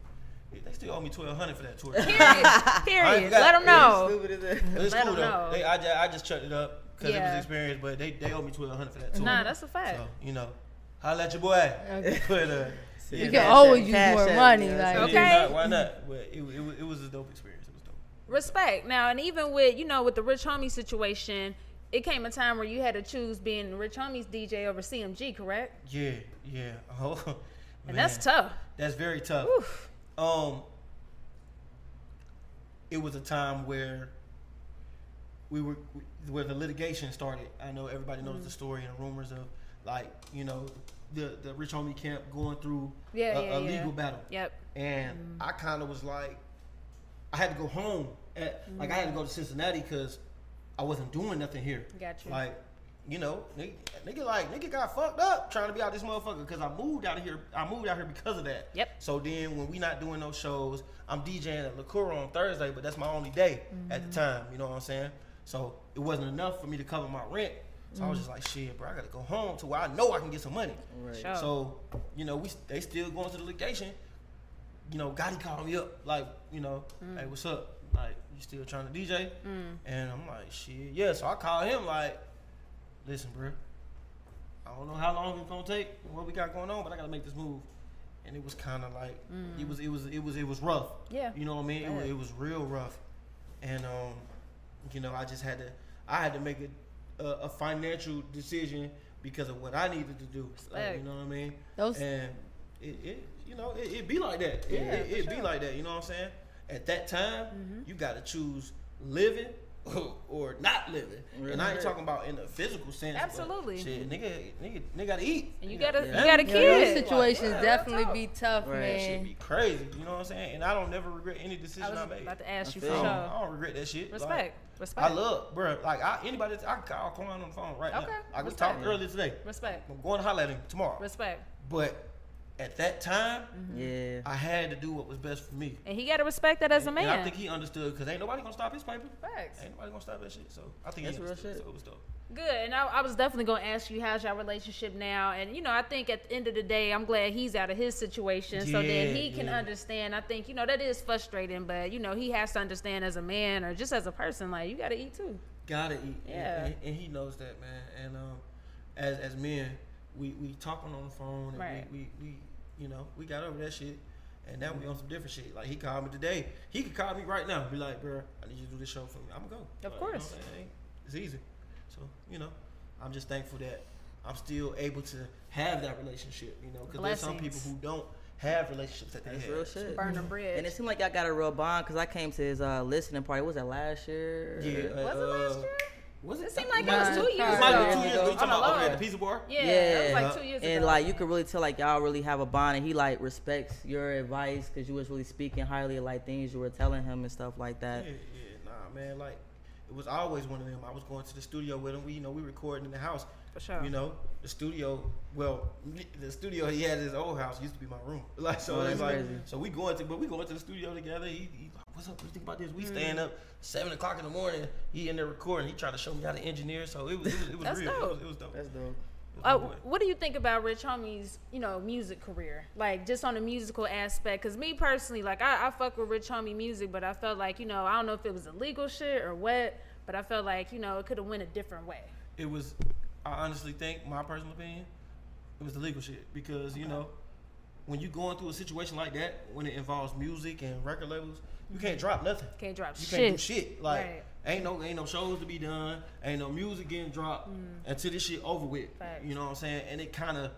[SPEAKER 4] they still owe me twelve hundred for that tour.
[SPEAKER 5] Period.
[SPEAKER 4] I ain't
[SPEAKER 5] Let 'em know.
[SPEAKER 4] It's, it's
[SPEAKER 5] Let
[SPEAKER 4] cool
[SPEAKER 5] 'em know.
[SPEAKER 4] though. They, I, ju- I just chucked it up because it
[SPEAKER 5] Yeah.
[SPEAKER 4] was experience, but they, they owe me twelve hundred for that tour.
[SPEAKER 5] Nah, that's a fact.
[SPEAKER 4] So, you know, holla at your boy.
[SPEAKER 7] Okay.
[SPEAKER 4] But, uh,
[SPEAKER 7] You
[SPEAKER 4] yeah,
[SPEAKER 7] can
[SPEAKER 4] that's
[SPEAKER 7] always
[SPEAKER 4] it.
[SPEAKER 7] use Cash more App, money, yeah,
[SPEAKER 4] Yeah,
[SPEAKER 7] like-
[SPEAKER 4] why
[SPEAKER 5] Okay.
[SPEAKER 4] not? Why not? But it, it, was- it was a dope experience. It was dope.
[SPEAKER 5] Respect. Now, and even with, you know, with the Rich Homie situation, it came a time where you had to choose being Rich Homie's DJ over CMG, correct?
[SPEAKER 4] Yeah, yeah. Oh,
[SPEAKER 5] And that's
[SPEAKER 4] man.
[SPEAKER 5] tough.
[SPEAKER 4] That's very tough. Um, it was a time where we were where the litigation started. I know everybody knows
[SPEAKER 5] Mhm.
[SPEAKER 4] the story and the rumors of like you know the the rich homie camp going through
[SPEAKER 5] Yeah,
[SPEAKER 4] a,
[SPEAKER 5] yeah,
[SPEAKER 4] a
[SPEAKER 5] yeah.
[SPEAKER 4] legal battle.
[SPEAKER 5] Yep. Mm-hmm.
[SPEAKER 4] And I kind of was like, I had to go home. At, Like I had to go to Cincinnati because I wasn't doing nothing here.
[SPEAKER 5] Mm-hmm. Gotcha.
[SPEAKER 4] Like, you know, nigga, nigga like nigga got fucked up trying to be out this motherfucker because I moved out of here. I moved out here because of that.
[SPEAKER 5] Yep.
[SPEAKER 4] So then when we not doing no shows, I'm DJing at Lacura on Thursday, but that's my only day
[SPEAKER 5] Mm-hmm.
[SPEAKER 4] at the time. You know what I'm saying? So it wasn't enough for me to cover my rent. So I was
[SPEAKER 5] Mhm.
[SPEAKER 4] just like, shit, bro, I gotta go home to where I know I can get some money.
[SPEAKER 6] Right.
[SPEAKER 5] Sure.
[SPEAKER 4] So, you know, we they still going to the litigation. You know, Gotti called me up, like, you know,
[SPEAKER 5] Mm.
[SPEAKER 4] hey, what's up? Like, you still trying to DJ?
[SPEAKER 5] Mm.
[SPEAKER 4] And I'm like, shit, yeah. So I called him like, listen, bro, I don't know how long it's gonna take, and what we got going on, but I gotta make this move. And it was kind of like,
[SPEAKER 5] Mm.
[SPEAKER 4] it was, it was, it was, it was rough.
[SPEAKER 5] Yeah.
[SPEAKER 4] You know what I mean? It was,
[SPEAKER 5] Bad.
[SPEAKER 4] it was real rough. And um, you know, I just had to, I had to make a, a, a financial decision because of what I needed to do. Like,
[SPEAKER 5] Respect.
[SPEAKER 4] you know what I mean?
[SPEAKER 7] Those-
[SPEAKER 4] and it, it, you know, it, it be like that. It,
[SPEAKER 5] Yeah,
[SPEAKER 4] it,
[SPEAKER 5] for
[SPEAKER 4] it be
[SPEAKER 5] sure. Mm-hmm.
[SPEAKER 4] like that. You know what I'm saying? At that time, you got to choose living or not living. And I ain't
[SPEAKER 6] Right.
[SPEAKER 4] talking about in the physical sense. but
[SPEAKER 5] Absolutely.
[SPEAKER 4] Shit, nigga, nigga, nigga got to eat.
[SPEAKER 5] And you
[SPEAKER 4] Nigga
[SPEAKER 5] gotta-
[SPEAKER 4] gotta-
[SPEAKER 5] you gotta
[SPEAKER 4] Yeah.
[SPEAKER 5] keep- Kid.
[SPEAKER 7] Those situations
[SPEAKER 5] Like, yeah,
[SPEAKER 7] definitely be tough,
[SPEAKER 6] Right.
[SPEAKER 4] That shit
[SPEAKER 7] man.
[SPEAKER 4] be crazy. You know what I'm saying? And I don't never regret any decision I,
[SPEAKER 5] I was
[SPEAKER 4] made.
[SPEAKER 5] about to ask
[SPEAKER 6] I
[SPEAKER 5] you for
[SPEAKER 4] I
[SPEAKER 6] feel
[SPEAKER 5] sure.
[SPEAKER 6] you.
[SPEAKER 4] don't, I don't regret that shit. Like,
[SPEAKER 5] Respect. Respect.
[SPEAKER 4] I love, bro. Like I, anybody, that- I can call Quan on the phone right
[SPEAKER 5] Okay.
[SPEAKER 4] now. Like we
[SPEAKER 5] Respect.
[SPEAKER 4] talked earlier today.
[SPEAKER 5] Respect.
[SPEAKER 4] I'm going to holler at him tomorrow.
[SPEAKER 5] Respect. Mm-hmm.
[SPEAKER 4] But at that time,
[SPEAKER 6] Yeah.
[SPEAKER 4] I had to do what was best for me.
[SPEAKER 5] And he got to respect that as a
[SPEAKER 4] And-
[SPEAKER 5] man.
[SPEAKER 4] And I think he understood because ain't nobody gonna stop his paper.
[SPEAKER 5] Facts.
[SPEAKER 4] Ain't nobody gonna stop that shit. So I think
[SPEAKER 6] That's
[SPEAKER 4] he
[SPEAKER 6] real
[SPEAKER 4] understood.
[SPEAKER 6] shit.
[SPEAKER 4] So it was dope.
[SPEAKER 5] Good. And I, I was definitely going to ask you, how's your relationship now? And, you know, I think at the end of the day, I'm glad he's out of his situation. so
[SPEAKER 4] Yeah,
[SPEAKER 5] then he can
[SPEAKER 4] yeah.
[SPEAKER 5] understand. I think, you know, that is frustrating, but, you know, he has to understand as a man or just as a person, like, you got to eat too.
[SPEAKER 4] Gotta eat. and-
[SPEAKER 5] Yeah.
[SPEAKER 4] And, and he knows that, man. And um, as as men, we we talking on the phone. And
[SPEAKER 5] Right.
[SPEAKER 4] We, we we you know we got over that shit. And now we on some different shit. Like he called me today. He could call me right now. and Be like, bro, I need you to do this show for me. I'm gonna go.
[SPEAKER 5] Of
[SPEAKER 4] Like,
[SPEAKER 5] course.
[SPEAKER 4] You know, it ain't- it's easy. So you know, I'm just thankful that I'm still able to have that relationship. You know, because there's some people
[SPEAKER 5] Blessings.
[SPEAKER 4] who don't have relationships that they
[SPEAKER 6] That's
[SPEAKER 4] have.
[SPEAKER 6] real shit.
[SPEAKER 5] Burn the bridge.
[SPEAKER 6] And it seemed like y'all got a real bond because I came to his uh, listening party. What Was that last year?
[SPEAKER 4] Yeah. uh,
[SPEAKER 5] was it last
[SPEAKER 4] uh,
[SPEAKER 5] year?
[SPEAKER 4] Was
[SPEAKER 5] It seemed like
[SPEAKER 4] Nah,
[SPEAKER 5] it was two
[SPEAKER 7] it
[SPEAKER 5] years
[SPEAKER 4] It might be
[SPEAKER 5] ago.
[SPEAKER 4] two years ago. You talking
[SPEAKER 5] Oh,
[SPEAKER 4] about over at the
[SPEAKER 5] Lord.
[SPEAKER 4] pizza bar?
[SPEAKER 5] Yeah, that was like two years
[SPEAKER 6] and
[SPEAKER 5] ago.
[SPEAKER 6] like you could really tell like y'all really have a bond, and he like respects your advice because you was really speaking highly of like things you were telling him and stuff like that.
[SPEAKER 4] Yeah, yeah, nah, man. Like, it was always one of them. I was going to the studio with him. We, you know, we recording in the house.
[SPEAKER 5] For sure.
[SPEAKER 4] You know, the studio. Well, the studio he had at his old house used to be my room. Like, so
[SPEAKER 6] Oh,
[SPEAKER 4] it's
[SPEAKER 6] that's
[SPEAKER 4] like,
[SPEAKER 6] crazy.
[SPEAKER 4] so we going to, but we going to the studio together. He, he like, what's up? What you think about this? We
[SPEAKER 5] Mm-hmm.
[SPEAKER 4] staying up seven o'clock in the morning. He in there recording. He tried to show me how to engineer. So it was, it was, it was
[SPEAKER 5] That's
[SPEAKER 4] real. It
[SPEAKER 5] dope.
[SPEAKER 4] was, it was dope. It
[SPEAKER 6] That's dope.
[SPEAKER 4] was my
[SPEAKER 5] Uh,
[SPEAKER 4] boy.
[SPEAKER 5] what do you think about Rich Homie's, you know, music career? Like, just on the musical aspect? Because me personally, like, I, I fuck with Rich Homie music, but I felt like, you know, I don't know if it was illegal shit or what, but I felt like, you know, it could have went a different way.
[SPEAKER 4] it was I honestly think my personal opinion, it was the legal shit because you know when you going through a situation like that when it involves music and record labels, you can't drop nothing.
[SPEAKER 5] Can't drop
[SPEAKER 4] you
[SPEAKER 5] shit.
[SPEAKER 4] can't do shit. Like
[SPEAKER 5] Right.
[SPEAKER 4] ain't no ain't no shows to be done, ain't no music getting dropped until this shit over with.
[SPEAKER 5] Mm. Facts.
[SPEAKER 4] You know what I'm saying? And it kind of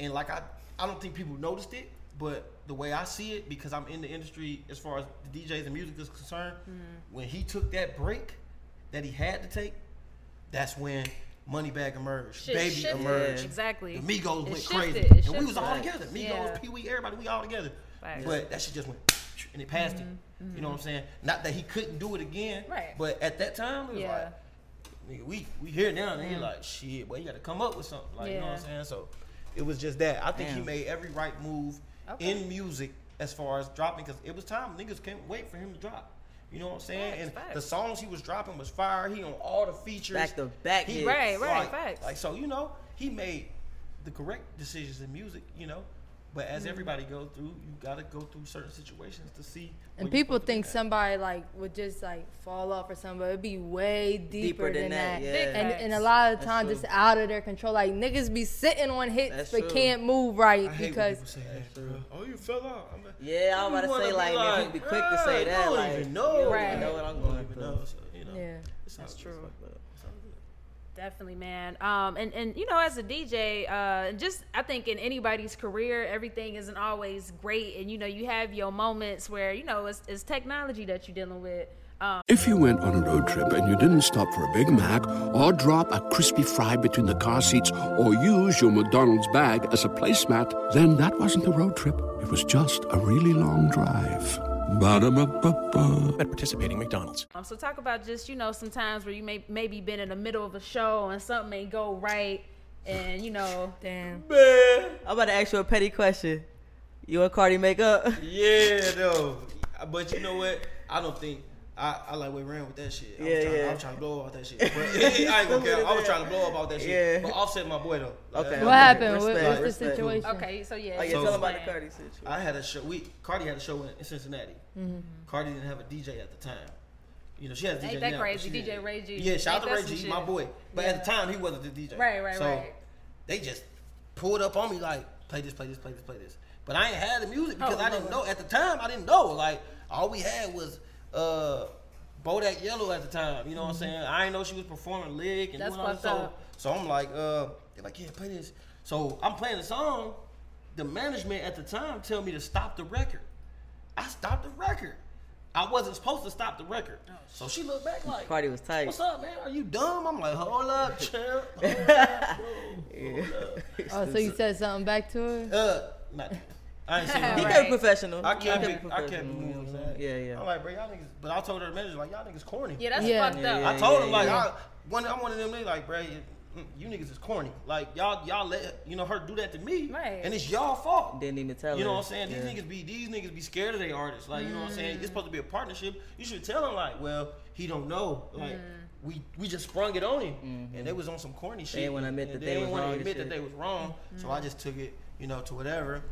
[SPEAKER 4] and like I I don't think people noticed it, but the way I see it because I'm in the industry as far as the DJs and music is concerned,
[SPEAKER 5] Mm.
[SPEAKER 4] when he took that break that he had to take, that's when Moneybag emerged,
[SPEAKER 5] Shit
[SPEAKER 4] Baby
[SPEAKER 5] shifted.
[SPEAKER 4] emerged,
[SPEAKER 5] Exactly.
[SPEAKER 4] The Migos
[SPEAKER 5] It
[SPEAKER 4] went
[SPEAKER 5] shifted. It
[SPEAKER 4] crazy, and we was
[SPEAKER 5] shifted.
[SPEAKER 4] all together. Migos,
[SPEAKER 5] Yeah.
[SPEAKER 4] Pee Wee, everybody, we all together.
[SPEAKER 5] Facts. Mm-hmm.
[SPEAKER 4] But that shit just went, and it passed him. You know what I'm saying? Not that he couldn't do it again,
[SPEAKER 5] Right.
[SPEAKER 4] But at that time, it was
[SPEAKER 5] Yeah. Mm.
[SPEAKER 4] like. Nigga, we we here now, and he like, shit, boy, you gotta come up with something. Like, you know what I'm
[SPEAKER 5] Yeah.
[SPEAKER 4] saying? So it was just that. I think he
[SPEAKER 6] Damn.
[SPEAKER 4] made every right move
[SPEAKER 5] Okay.
[SPEAKER 4] in music as far as dropping because it was time. Niggas can't wait for him to drop. You know what I'm saying? and the songs he was dropping was fire. He on all the features.
[SPEAKER 6] Back to back
[SPEAKER 4] He-
[SPEAKER 6] hits. Right, right,
[SPEAKER 4] like,
[SPEAKER 6] facts.
[SPEAKER 4] Like so, you know, he made the correct decisions in music. You know, but as
[SPEAKER 7] Mhm.
[SPEAKER 4] everybody goes through, you gotta go through certain situations to see.
[SPEAKER 7] And
[SPEAKER 4] what you're
[SPEAKER 7] people
[SPEAKER 4] supposed to be
[SPEAKER 7] think
[SPEAKER 4] at.
[SPEAKER 7] somebody like would just like fall off or something, but it'd be way deeper,
[SPEAKER 6] Deeper
[SPEAKER 7] than,
[SPEAKER 6] than
[SPEAKER 7] that.
[SPEAKER 6] that, yeah.
[SPEAKER 7] And,
[SPEAKER 6] Big
[SPEAKER 7] and a lot of
[SPEAKER 6] facts.
[SPEAKER 7] times
[SPEAKER 6] That's
[SPEAKER 7] it's out of their control. Like niggas be sitting on hits
[SPEAKER 6] That's
[SPEAKER 7] but
[SPEAKER 6] true.
[SPEAKER 7] can't move right
[SPEAKER 6] I hate when
[SPEAKER 7] because
[SPEAKER 4] people say that, bro. Oh, you fell off. I'm like,
[SPEAKER 6] Yeah, I was
[SPEAKER 4] You
[SPEAKER 6] about to
[SPEAKER 4] wanna
[SPEAKER 6] say
[SPEAKER 4] be
[SPEAKER 6] like, man, people be quick to
[SPEAKER 4] "Bruh,
[SPEAKER 6] say
[SPEAKER 4] you
[SPEAKER 6] that.
[SPEAKER 4] don't
[SPEAKER 6] like,
[SPEAKER 4] even
[SPEAKER 6] You
[SPEAKER 4] know.
[SPEAKER 6] don't
[SPEAKER 4] Right.
[SPEAKER 6] even know what I'm
[SPEAKER 4] You
[SPEAKER 6] going
[SPEAKER 4] don't even
[SPEAKER 6] through.
[SPEAKER 4] know, so, you know.
[SPEAKER 7] Yeah.
[SPEAKER 5] That's true. Definitely, man. Um, and and you know, as a DJ, uh, and just I think in anybody's career, everything isn't always great, and you know, you have your moments where you know it's, it's technology that you're dealing with. Um,
[SPEAKER 9] If you went on a road trip and you didn't stop for a Big Mac or drop a crispy fry between the car seats or use your McDonald's bag as a placemat, then that wasn't a road trip. It was just a really long drive. Ba-da-ba-ba-ba. At participating McDonald's.
[SPEAKER 5] Um, so talk about just you know some times where you may maybe been in the middle of a show and something may go right, and you know,
[SPEAKER 7] damn.
[SPEAKER 6] I'm about to ask you a petty question. You and Cardi make up?
[SPEAKER 4] Yeah, though. But you know what? I don't think I, I like way ran with that shit. I was,
[SPEAKER 6] Yeah,
[SPEAKER 4] trying,
[SPEAKER 6] yeah.
[SPEAKER 4] I was trying to blow up about that shit. But I ain't gonna care. I was trying to blow up about that shit.
[SPEAKER 6] Yeah.
[SPEAKER 4] But offset my boy though.
[SPEAKER 6] Okay,
[SPEAKER 4] that's-
[SPEAKER 6] What happened? What- respect, what's the
[SPEAKER 4] respect.
[SPEAKER 6] situation?
[SPEAKER 5] Okay, so yeah.
[SPEAKER 6] Oh, yeah,
[SPEAKER 4] So-
[SPEAKER 6] tell 'em about the Cardi situation.
[SPEAKER 4] I had a show. We Cardi had a show in, in Cincinnati.
[SPEAKER 6] Mhm.
[SPEAKER 4] Cardi didn't have a DJ at the time. You know she has a DJ
[SPEAKER 5] Ain't that
[SPEAKER 4] now, but
[SPEAKER 5] crazy,
[SPEAKER 4] she
[SPEAKER 5] DJ
[SPEAKER 4] didn't.
[SPEAKER 5] Ray G.
[SPEAKER 4] Yeah, shout out
[SPEAKER 5] Ain't
[SPEAKER 4] to Ray
[SPEAKER 5] that some
[SPEAKER 4] G,
[SPEAKER 5] shit?
[SPEAKER 4] my boy. But at the time he wasn't the DJ.
[SPEAKER 5] Right, right,
[SPEAKER 4] so
[SPEAKER 5] right.
[SPEAKER 4] They just pulled up on me like, play this, play this, play this, play this. But I ain't had the music because
[SPEAKER 5] Oh,
[SPEAKER 4] I
[SPEAKER 5] no
[SPEAKER 4] didn't
[SPEAKER 5] way.
[SPEAKER 4] know at the time. I didn't know. Like all we had was uh Bodak Yellow at the time. You know what I'm
[SPEAKER 5] Mhm.
[SPEAKER 4] saying? I didn't know she was performing lick and
[SPEAKER 5] That's
[SPEAKER 4] doing all this.
[SPEAKER 5] fucked
[SPEAKER 4] So,
[SPEAKER 5] up.
[SPEAKER 4] so I'm like, uh, they're like, yeah, play this. So I'm playing the song. The management at the time tell me to stop the record. I stopped the record. I wasn't supposed to stop the record.
[SPEAKER 5] Oh,
[SPEAKER 4] So she looked back like,
[SPEAKER 6] Cardi was tight.
[SPEAKER 4] What's up, man? Are you dumb? I'm like, hold up, champ. Hold up, bro. Hold up.
[SPEAKER 7] Oh, so you said something back to her?
[SPEAKER 4] Uh, not. I ain't seen
[SPEAKER 6] He
[SPEAKER 4] no-
[SPEAKER 6] could be professional.
[SPEAKER 4] I
[SPEAKER 6] He
[SPEAKER 4] can't
[SPEAKER 6] could
[SPEAKER 4] be.
[SPEAKER 6] be
[SPEAKER 4] I can't
[SPEAKER 6] professional,
[SPEAKER 4] be.
[SPEAKER 6] you know
[SPEAKER 4] moving
[SPEAKER 6] what I'm
[SPEAKER 4] like that.
[SPEAKER 6] saying? Yeah, yeah.
[SPEAKER 4] I'm like, bro, y'all niggas. But I told her manager like, y'all niggas corny.
[SPEAKER 5] Yeah, that's Yeah. fucked up.
[SPEAKER 4] I
[SPEAKER 5] Yeah,
[SPEAKER 4] told
[SPEAKER 5] yeah,
[SPEAKER 4] him like,
[SPEAKER 5] yeah.
[SPEAKER 4] I, one, I'm one of them niggas like, bro, you, mm, you niggas is corny. Like y'all, y'all let you know her do that to me,
[SPEAKER 5] Right.
[SPEAKER 4] and it's y'all fault.
[SPEAKER 6] Didn't even tell
[SPEAKER 4] You know
[SPEAKER 6] her.
[SPEAKER 4] what I'm saying? These
[SPEAKER 6] Yeah.
[SPEAKER 4] niggas be these niggas be scared of their artists. Like you know what I'm saying?
[SPEAKER 5] Mm.
[SPEAKER 4] It's supposed to be a partnership. You should tell him like, well, he don't know. Like
[SPEAKER 5] Mm.
[SPEAKER 4] we we just sprung it on him, and they was on some corny shit.
[SPEAKER 6] didn't wanna admit
[SPEAKER 4] and
[SPEAKER 6] that Mm-hmm. they was
[SPEAKER 4] didn't wanna
[SPEAKER 6] wrong and
[SPEAKER 4] admit that
[SPEAKER 6] shit.
[SPEAKER 4] they was wrong. So I
[SPEAKER 5] Mm.
[SPEAKER 6] Mhm.
[SPEAKER 4] just took it, you know, to whatever,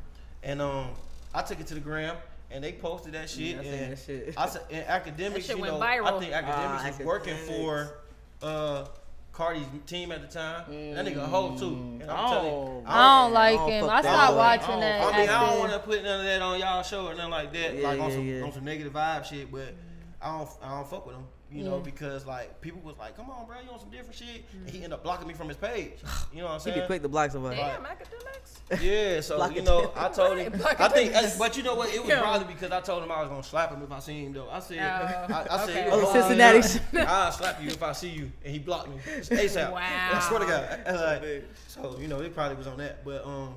[SPEAKER 4] and um, I took it to the gram. And they posted that shit,
[SPEAKER 6] Yeah, I seen
[SPEAKER 4] and
[SPEAKER 6] that shit.
[SPEAKER 4] I said, and academics,
[SPEAKER 5] shit
[SPEAKER 4] you
[SPEAKER 5] went
[SPEAKER 4] know, I
[SPEAKER 5] viral.
[SPEAKER 4] think academics was
[SPEAKER 6] Ah,
[SPEAKER 4] working
[SPEAKER 6] academics.
[SPEAKER 4] for uh, Cardi's team at the time. That nigga a hoe too. And I'm telling you,
[SPEAKER 6] Mm.
[SPEAKER 7] I don't like him.
[SPEAKER 4] fuck
[SPEAKER 7] I
[SPEAKER 4] that.
[SPEAKER 7] stopped
[SPEAKER 4] don't-
[SPEAKER 7] watching
[SPEAKER 4] don't-
[SPEAKER 7] that
[SPEAKER 4] I mean, I
[SPEAKER 7] after-
[SPEAKER 4] don't want to put none of that on y'all show or nothing like that.
[SPEAKER 6] Yeah,
[SPEAKER 4] like on,
[SPEAKER 6] yeah,
[SPEAKER 4] some,
[SPEAKER 6] yeah.
[SPEAKER 4] on some negative vibe shit, but I don't, I don't fuck with him. You know,
[SPEAKER 6] Yeah.
[SPEAKER 4] because like people was like, "Come on, bro, you on some different shit," and
[SPEAKER 7] Mm.
[SPEAKER 4] he ended up blocking me from his page. You know what I'm
[SPEAKER 6] He
[SPEAKER 4] saying?
[SPEAKER 6] be quick to block somebody.
[SPEAKER 4] Like,
[SPEAKER 5] academics.
[SPEAKER 4] yeah, so
[SPEAKER 6] Block
[SPEAKER 4] you
[SPEAKER 6] it.
[SPEAKER 4] know, I told him.
[SPEAKER 6] Block
[SPEAKER 4] I
[SPEAKER 6] it.
[SPEAKER 4] think, uh, but you know what? It was
[SPEAKER 6] Yeah.
[SPEAKER 4] probably because I told him I was gonna slap him if I seen him. Though I said,
[SPEAKER 6] Oh,
[SPEAKER 4] I, I said,
[SPEAKER 6] okay.
[SPEAKER 4] you
[SPEAKER 6] Oh,
[SPEAKER 4] know,
[SPEAKER 6] Cincinnati shit.
[SPEAKER 4] I'll slap you if I see you, and he blocked me. ASAP.
[SPEAKER 6] Wow.
[SPEAKER 4] I swear to God. Like, so you know, it probably was on that, but um,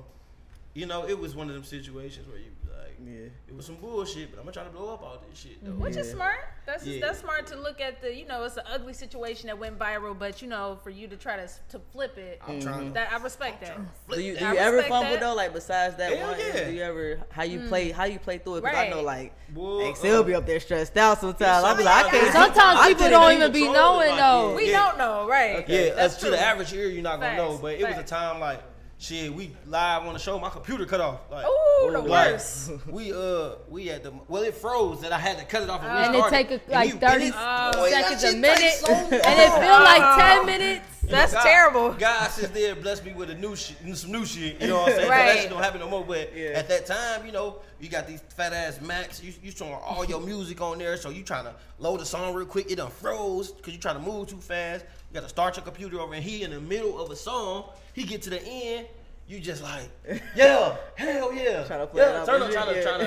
[SPEAKER 4] you know, it was one of them situations where you like,
[SPEAKER 6] yeah,
[SPEAKER 4] it was some bullshit, but I'm gonna try to blow up all this shit though.
[SPEAKER 5] Which is smart. That's
[SPEAKER 4] Yeah.
[SPEAKER 5] that's smart to look at the you know it's an ugly situation that went viral, but you know for you to try to s- to flip it.
[SPEAKER 6] I'm trying to-
[SPEAKER 5] That I respect that.
[SPEAKER 6] Do you, do
[SPEAKER 5] I
[SPEAKER 6] you ever
[SPEAKER 5] respect
[SPEAKER 6] fumble
[SPEAKER 5] that.
[SPEAKER 6] though? Like besides that
[SPEAKER 5] Hell
[SPEAKER 6] one,
[SPEAKER 5] yeah.
[SPEAKER 6] do you ever how you
[SPEAKER 5] Mm.
[SPEAKER 6] play how you play through it? Because I know
[SPEAKER 5] Right.
[SPEAKER 6] like
[SPEAKER 4] Well, uh,
[SPEAKER 6] Excel be up there stressed out sometimes. I'll be like, I can't.
[SPEAKER 7] Sometimes
[SPEAKER 6] I
[SPEAKER 7] people
[SPEAKER 6] couldn't
[SPEAKER 7] don't even be knowing though.
[SPEAKER 5] We don't know, right?
[SPEAKER 4] Yeah, as to the average ear, you're not gonna know.
[SPEAKER 5] Facts,
[SPEAKER 4] But it was a
[SPEAKER 5] facts.
[SPEAKER 4] time like shit. We live on the show. My computer cut off. Like,
[SPEAKER 5] Ooh, the
[SPEAKER 4] like,
[SPEAKER 5] worst.
[SPEAKER 4] We uh, we had the well, it froze that I had to cut it off.
[SPEAKER 5] Oh.
[SPEAKER 4] And,
[SPEAKER 7] and it
[SPEAKER 4] restart
[SPEAKER 7] take a, like
[SPEAKER 4] you-
[SPEAKER 7] 30
[SPEAKER 4] it- boy, that
[SPEAKER 7] seconds
[SPEAKER 4] shit
[SPEAKER 7] a minute,
[SPEAKER 4] takes so
[SPEAKER 7] and it
[SPEAKER 5] Oh.
[SPEAKER 4] long.
[SPEAKER 7] feel like 10 minutes.
[SPEAKER 4] You know, God- God sits there and bless me with a new shit, some new shit. You know what I'm saying? So that
[SPEAKER 7] Right.
[SPEAKER 4] shit don't happen no more. But at that time, you know, you got these fat ass Macs. You you throwing all your music on there, so you trying to load the song real quick. It done froze because you trying to move too fast. You got to start your computer over, and he in the middle of a song. He get to the end. You just like, yeah, hell yeah, trying to
[SPEAKER 6] play it
[SPEAKER 4] yeah,
[SPEAKER 6] out,
[SPEAKER 4] turn up,
[SPEAKER 6] but you-
[SPEAKER 4] trying to,
[SPEAKER 6] yeah.
[SPEAKER 4] trying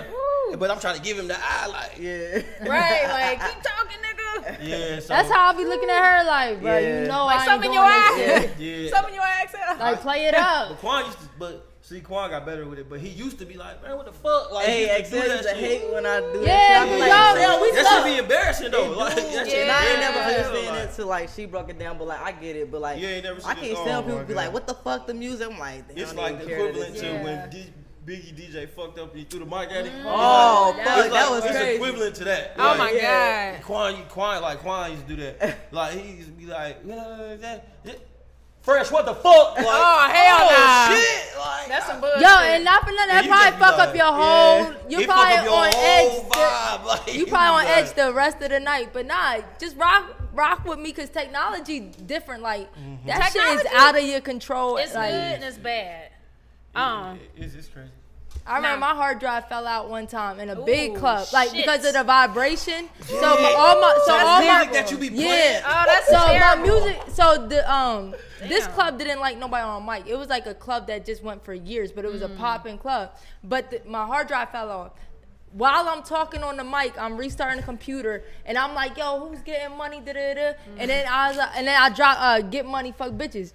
[SPEAKER 4] to, but I'm trying to give him the eye, like,
[SPEAKER 6] yeah,
[SPEAKER 5] Right, like keep talking, nigga.
[SPEAKER 4] yeah. So,
[SPEAKER 7] That's how I be looking at her like, bro,
[SPEAKER 4] Yeah.
[SPEAKER 7] you know
[SPEAKER 5] Like
[SPEAKER 7] I ain't
[SPEAKER 5] something
[SPEAKER 7] doing
[SPEAKER 5] in your
[SPEAKER 7] that shit.
[SPEAKER 5] eye.
[SPEAKER 4] yeah.
[SPEAKER 5] Something in your eye. Excel.
[SPEAKER 7] Like play it up.
[SPEAKER 4] But Quan used to, but see, Quan got better with it. But he used to be like, man, what the fuck? Like,
[SPEAKER 6] Hey,
[SPEAKER 4] he used to do
[SPEAKER 6] Excel
[SPEAKER 4] that
[SPEAKER 6] used to
[SPEAKER 4] shit.
[SPEAKER 6] hate when I do
[SPEAKER 4] Yeah,
[SPEAKER 6] that shit. I'm
[SPEAKER 4] but
[SPEAKER 6] like,
[SPEAKER 4] y'all-
[SPEAKER 6] Excel, we
[SPEAKER 4] That
[SPEAKER 6] suck.
[SPEAKER 4] should be embarrassing, though.
[SPEAKER 6] It
[SPEAKER 4] Like,
[SPEAKER 6] do.
[SPEAKER 4] that shit
[SPEAKER 6] And I ain't
[SPEAKER 4] embarrassing.
[SPEAKER 6] never understand
[SPEAKER 4] Like-
[SPEAKER 6] it till like she broke it down, but like I get it, but like
[SPEAKER 4] Yeah, you never
[SPEAKER 6] I
[SPEAKER 4] seen
[SPEAKER 6] can't
[SPEAKER 4] it.
[SPEAKER 6] stand
[SPEAKER 4] Oh,
[SPEAKER 6] when people
[SPEAKER 4] my
[SPEAKER 6] be
[SPEAKER 4] God.
[SPEAKER 6] like, what the fuck the music? I'm like, they
[SPEAKER 4] It's
[SPEAKER 6] don't
[SPEAKER 4] like
[SPEAKER 6] even
[SPEAKER 4] the
[SPEAKER 6] care to
[SPEAKER 4] equivalent
[SPEAKER 6] this
[SPEAKER 4] to
[SPEAKER 6] shit.
[SPEAKER 4] when D- Biggie DJ fucked up and he threw the mic at him.
[SPEAKER 6] Oh,
[SPEAKER 4] It's
[SPEAKER 6] fuck,
[SPEAKER 4] like-
[SPEAKER 6] that was
[SPEAKER 4] it's
[SPEAKER 6] crazy.
[SPEAKER 4] equivalent to that.
[SPEAKER 6] Oh, my
[SPEAKER 4] God. Quan, you- Quan, like Quan used to do that. Like he used to be like, "Yeah, that- that- Fresh, what the fuck? Like,
[SPEAKER 5] oh hell
[SPEAKER 4] oh,
[SPEAKER 5] no!
[SPEAKER 4] shit.
[SPEAKER 5] That's some bullshit.
[SPEAKER 7] Yo, and not for nothing, that
[SPEAKER 4] You
[SPEAKER 7] probably
[SPEAKER 4] just be
[SPEAKER 7] fuck
[SPEAKER 4] like,
[SPEAKER 7] up your
[SPEAKER 4] yeah.
[SPEAKER 7] whole. You
[SPEAKER 4] It fuck
[SPEAKER 7] probably
[SPEAKER 4] up your
[SPEAKER 7] on
[SPEAKER 4] whole
[SPEAKER 7] edge.
[SPEAKER 4] vibe, like,
[SPEAKER 7] the,
[SPEAKER 4] you
[SPEAKER 7] you probably
[SPEAKER 4] be
[SPEAKER 7] on edge
[SPEAKER 4] like-
[SPEAKER 7] the rest of the night. But nah, just rock, rock with me because technology different. Like
[SPEAKER 4] Mm-hmm.
[SPEAKER 7] that shit is
[SPEAKER 5] Technology-
[SPEAKER 7] out of your control.
[SPEAKER 5] It's
[SPEAKER 7] like,
[SPEAKER 5] good and it's bad. Um,
[SPEAKER 4] It's, it's crazy.
[SPEAKER 7] I remember my hard drive fell out one time in a big
[SPEAKER 5] Ooh,
[SPEAKER 7] club, like
[SPEAKER 5] shit.
[SPEAKER 7] because of the vibration. So
[SPEAKER 5] Yeah.
[SPEAKER 7] my, all my, so
[SPEAKER 5] That's
[SPEAKER 7] all
[SPEAKER 5] music
[SPEAKER 7] my,
[SPEAKER 5] that you be playing.
[SPEAKER 7] yeah.
[SPEAKER 5] Oh, that's
[SPEAKER 7] so my
[SPEAKER 5] terrible.
[SPEAKER 7] music. So the um, this club didn't like nobody on mic. It was like a club that just went for years, but it was
[SPEAKER 5] Mm.
[SPEAKER 7] a popping club. But the, my hard drive fell off. While I'm talking on the mic, I'm restarting the computer, and I'm like, "Yo, who's getting money?" Da da da.
[SPEAKER 5] Mm.
[SPEAKER 7] And then I was, like, and then I drop, uh, "Get money, fuck bitches."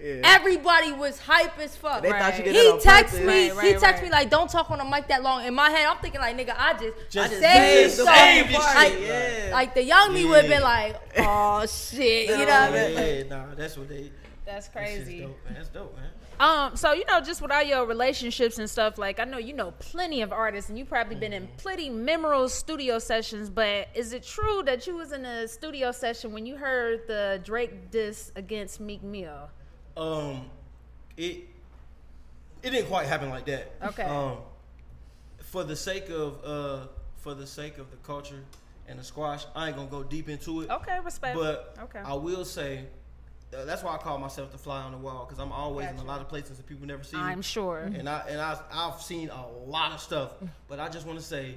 [SPEAKER 7] Everybody was hype as fuck.
[SPEAKER 6] They thought you did
[SPEAKER 7] he
[SPEAKER 6] it on
[SPEAKER 7] texts
[SPEAKER 6] purpose.
[SPEAKER 7] me.
[SPEAKER 6] Right,
[SPEAKER 7] he
[SPEAKER 6] right,
[SPEAKER 7] texts me like, "Don't talk on the mic that long." In my head, I'm thinking like, "Nigga, I just, I
[SPEAKER 6] Just
[SPEAKER 7] just
[SPEAKER 6] saved
[SPEAKER 7] saved you."
[SPEAKER 6] the
[SPEAKER 7] Like,
[SPEAKER 6] fucking party,
[SPEAKER 7] like,
[SPEAKER 6] yeah.
[SPEAKER 7] like the young me would have been like, "Oh shit," you know what I mean?
[SPEAKER 4] Yeah, yeah, nah, that's what they. That's
[SPEAKER 5] that's
[SPEAKER 4] just
[SPEAKER 5] crazy.
[SPEAKER 4] dope, man. That's dope, man.
[SPEAKER 5] Um, so you know, just with all your relationships and stuff, like I know you know plenty of artists, and you probably been in plenty memorable studio sessions. But is it true that you was in a studio session when you heard the Drake diss against Meek Mill?
[SPEAKER 4] Um, it it didn't quite happen like that.
[SPEAKER 5] Okay.
[SPEAKER 4] Um, for the sake of uh, for the sake of the culture and the squash, I ain't gonna go deep into it.
[SPEAKER 5] Okay, respect.
[SPEAKER 4] But
[SPEAKER 5] Okay.
[SPEAKER 4] I will say. Uh, that's why I call myself the fly on the wall because I'm always in a
[SPEAKER 5] Gotcha.
[SPEAKER 4] lot of places that people never see. me.
[SPEAKER 5] I'm sure.
[SPEAKER 4] And I and I I've seen a lot of stuff, but I just want to say,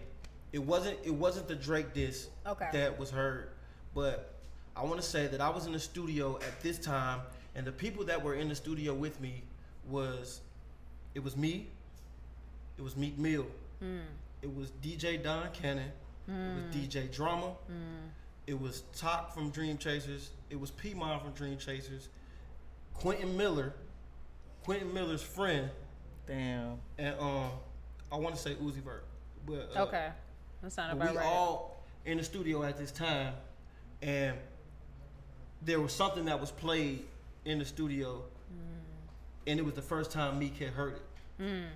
[SPEAKER 4] it wasn't it wasn't the Drake diss
[SPEAKER 5] Okay.
[SPEAKER 4] that was heard, but I want to say that I was in the studio at this time, and the people that were in the studio with me was, it was me, it was Meek Mill, it was DJ Don Cannon, it was DJ Drama, it was Top from Dream Chasers, it was Piedmont from Dream Chasers, Quentin Miller, Quentin Miller's friend,
[SPEAKER 6] Damn.
[SPEAKER 4] and um, I want to say Uzi Vert, but uh,
[SPEAKER 5] Okay, that sounded
[SPEAKER 4] but
[SPEAKER 5] about
[SPEAKER 4] we
[SPEAKER 5] right.
[SPEAKER 4] all in the studio at this time, and there was something that was played in the studio, and it was the first time Meek had heard it.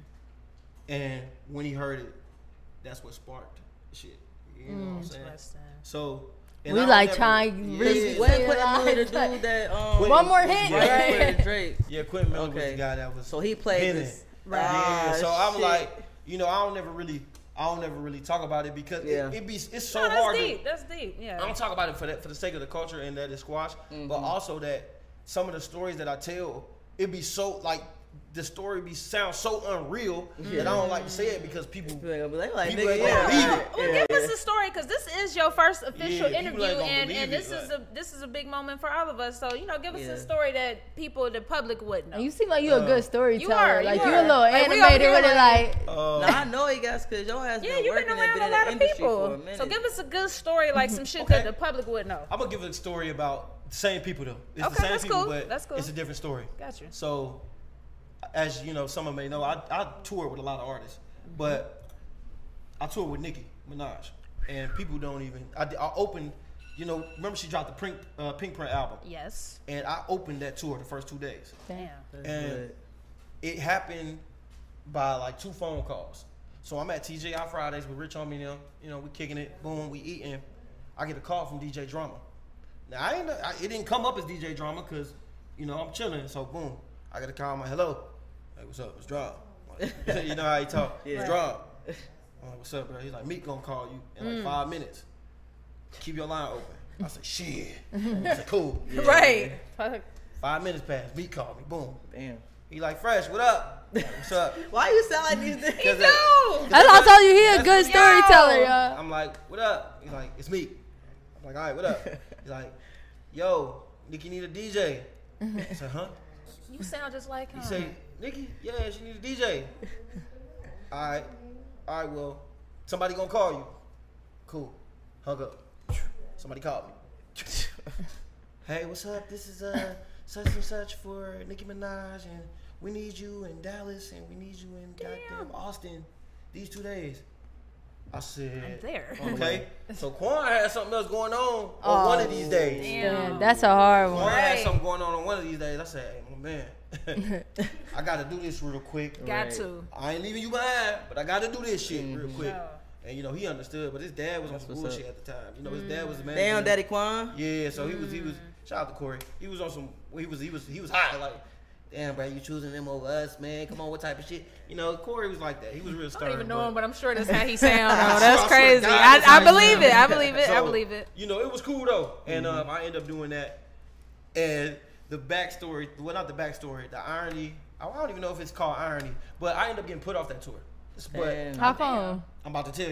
[SPEAKER 4] And when he heard it, that's what sparked shit. You know what I'm saying?
[SPEAKER 5] Interesting.
[SPEAKER 4] So
[SPEAKER 7] We
[SPEAKER 4] I'll
[SPEAKER 7] like
[SPEAKER 4] never-
[SPEAKER 7] trying to
[SPEAKER 6] This
[SPEAKER 7] Yeah.
[SPEAKER 6] way Quentin Miller to do that. Um,
[SPEAKER 7] One more
[SPEAKER 6] was
[SPEAKER 7] hit.
[SPEAKER 6] Right
[SPEAKER 7] Right.
[SPEAKER 6] after Drake.
[SPEAKER 4] Yeah, Quentin Miller was
[SPEAKER 6] Okay.
[SPEAKER 4] the guy that was.
[SPEAKER 6] So he played
[SPEAKER 4] pinning.
[SPEAKER 6] this-
[SPEAKER 4] Yeah,
[SPEAKER 6] Ah,
[SPEAKER 4] so I'm
[SPEAKER 6] shit.
[SPEAKER 4] like, you know, I don't never really, I don't never really talk about it because
[SPEAKER 6] Yeah.
[SPEAKER 4] it, it be it's so
[SPEAKER 5] No,
[SPEAKER 4] hard.
[SPEAKER 5] that's
[SPEAKER 4] to-
[SPEAKER 5] deep. That's deep. Yeah.
[SPEAKER 4] I don't talk about it for that for the sake of the culture and that it's squash,
[SPEAKER 6] Mm-hmm.
[SPEAKER 4] but also that some of the stories that I tell, it be so like the story be sound so unreal that I don't like to say it because people
[SPEAKER 6] They Mm-hmm. gonna be like, like,
[SPEAKER 4] people
[SPEAKER 6] nigga,
[SPEAKER 4] ain't
[SPEAKER 6] yeah.
[SPEAKER 4] gonna believe it.
[SPEAKER 5] Well, give us a story because this is your first official
[SPEAKER 4] Yeah, people
[SPEAKER 5] interview,
[SPEAKER 4] ain't gonna
[SPEAKER 5] and,
[SPEAKER 4] believe
[SPEAKER 5] and
[SPEAKER 4] it,
[SPEAKER 5] this is
[SPEAKER 4] like-
[SPEAKER 5] a this is a big moment for all of us. So you know, give us
[SPEAKER 6] Yeah.
[SPEAKER 5] a story that people, the public, would know.
[SPEAKER 7] And you seem like you a good
[SPEAKER 5] you are,
[SPEAKER 7] storyteller.
[SPEAKER 5] you
[SPEAKER 7] Like you
[SPEAKER 5] are.
[SPEAKER 7] a little
[SPEAKER 5] Like, we over
[SPEAKER 7] animated
[SPEAKER 5] here
[SPEAKER 7] with it. Like
[SPEAKER 6] Nah, I know you guys, cause your ass
[SPEAKER 5] yeah,
[SPEAKER 6] been
[SPEAKER 5] you've
[SPEAKER 6] working
[SPEAKER 5] been
[SPEAKER 6] and
[SPEAKER 5] around
[SPEAKER 6] been
[SPEAKER 5] a
[SPEAKER 6] in the
[SPEAKER 5] lot of
[SPEAKER 6] industry for a
[SPEAKER 5] people.
[SPEAKER 6] minute.
[SPEAKER 5] So give us a good story, like some shit that the public would know.
[SPEAKER 4] I'm gonna give a story about the same people though. It's
[SPEAKER 5] Okay,
[SPEAKER 4] the same
[SPEAKER 5] that's
[SPEAKER 4] people,
[SPEAKER 5] cool.
[SPEAKER 4] but
[SPEAKER 5] That's cool.
[SPEAKER 4] it's a different story.
[SPEAKER 5] Gotcha.
[SPEAKER 4] So, as you know, some of you may know, I, I toured with a lot of artists, but I toured with Nicki Minaj, and people don't even. I, I opened, you know, remember she dropped the Pink uh, Pink Print album,
[SPEAKER 5] Yes.
[SPEAKER 4] and I opened that tour the first two days,
[SPEAKER 5] Damn.
[SPEAKER 4] and it happened by like two phone calls. So I'm at TJI Fridays with Rich on me now. You know, we kicking it, boom, we eating. I get a call from DJ Drama. Now I ain't, I, it didn't come up as DJ Drama because, you know, I'm chilling. So boom, I get a call. I'm like, hello, hey, what's up? It's Drama. Like, you know how he talk? It's Drama. I'm like, what's up, bro? He's like, Meek gonna call you in like five minutes. Keep your line open. I said, shit. I said, cool.
[SPEAKER 5] Right. Fuck.
[SPEAKER 4] Five minutes passed. Meek called me. Boom.
[SPEAKER 6] Damn.
[SPEAKER 4] He like, Fresh, what up? I'm like, What's up?
[SPEAKER 6] Why you sound like these niggas?
[SPEAKER 4] Cause
[SPEAKER 5] No.
[SPEAKER 7] that's all I told you. He a good
[SPEAKER 4] That's-
[SPEAKER 7] storyteller, y'all.
[SPEAKER 4] I'm like, what up? He's like, it's me. I'm like, all right, what up? He's like, yo, Nikki need a DJ. I said, huh?
[SPEAKER 5] You sound just like uh, him.
[SPEAKER 4] He say, Nikki, yeah, she need a DJ. all right, all right, well, somebody gonna call you. Cool. Hung up. Somebody called me. hey, what's up? This is uh such and such for Nicki Minaj, and we need you in Dallas, and we need you in goddamn Austin these two days. I said,
[SPEAKER 5] I'm there.
[SPEAKER 4] Okay, so Quan had something else going on on one of these days.
[SPEAKER 5] Oh, Damn.
[SPEAKER 7] that's a hard
[SPEAKER 4] Quan
[SPEAKER 7] one.
[SPEAKER 4] had
[SPEAKER 5] Right.
[SPEAKER 4] something going on on one of these days. I said, hey, my man. I gotta do this real quick.
[SPEAKER 5] Got Right. to.
[SPEAKER 4] I ain't leaving you behind, but I gotta do this shit real quick. And you know he understood, but his dad was on some
[SPEAKER 6] what's
[SPEAKER 4] bullshit
[SPEAKER 6] up.
[SPEAKER 4] at the time. You know his dad
[SPEAKER 5] Mm.
[SPEAKER 4] was a man.
[SPEAKER 6] Damn, Daddy Quan.
[SPEAKER 4] Yeah, so he was he was shout out to Corey. He was on some he was he was he was high like. Damn, bro, you choosing them over us, man? Come on, what type of shit? You know, Corey was like that. He was real
[SPEAKER 5] I
[SPEAKER 4] stern.
[SPEAKER 5] don't even know
[SPEAKER 4] but-
[SPEAKER 5] him, but I'm sure that's how he
[SPEAKER 4] I
[SPEAKER 5] sound. Oh,
[SPEAKER 4] swear- I
[SPEAKER 5] that's
[SPEAKER 4] swear to
[SPEAKER 5] crazy.
[SPEAKER 4] God,
[SPEAKER 5] I,
[SPEAKER 4] that's
[SPEAKER 5] I
[SPEAKER 4] how he
[SPEAKER 5] believe it. I
[SPEAKER 4] sound.
[SPEAKER 5] believe it. I
[SPEAKER 4] So, oh,
[SPEAKER 5] believe it.
[SPEAKER 4] You know, it was cool though, and
[SPEAKER 6] Mm-hmm.
[SPEAKER 4] um, I ended up doing that. And the backstory, well, not the backstory, the irony. I don't even know if it's called irony, but I ended up getting put off that tour. But
[SPEAKER 6] Damn. How
[SPEAKER 7] come?
[SPEAKER 4] I'm about to tell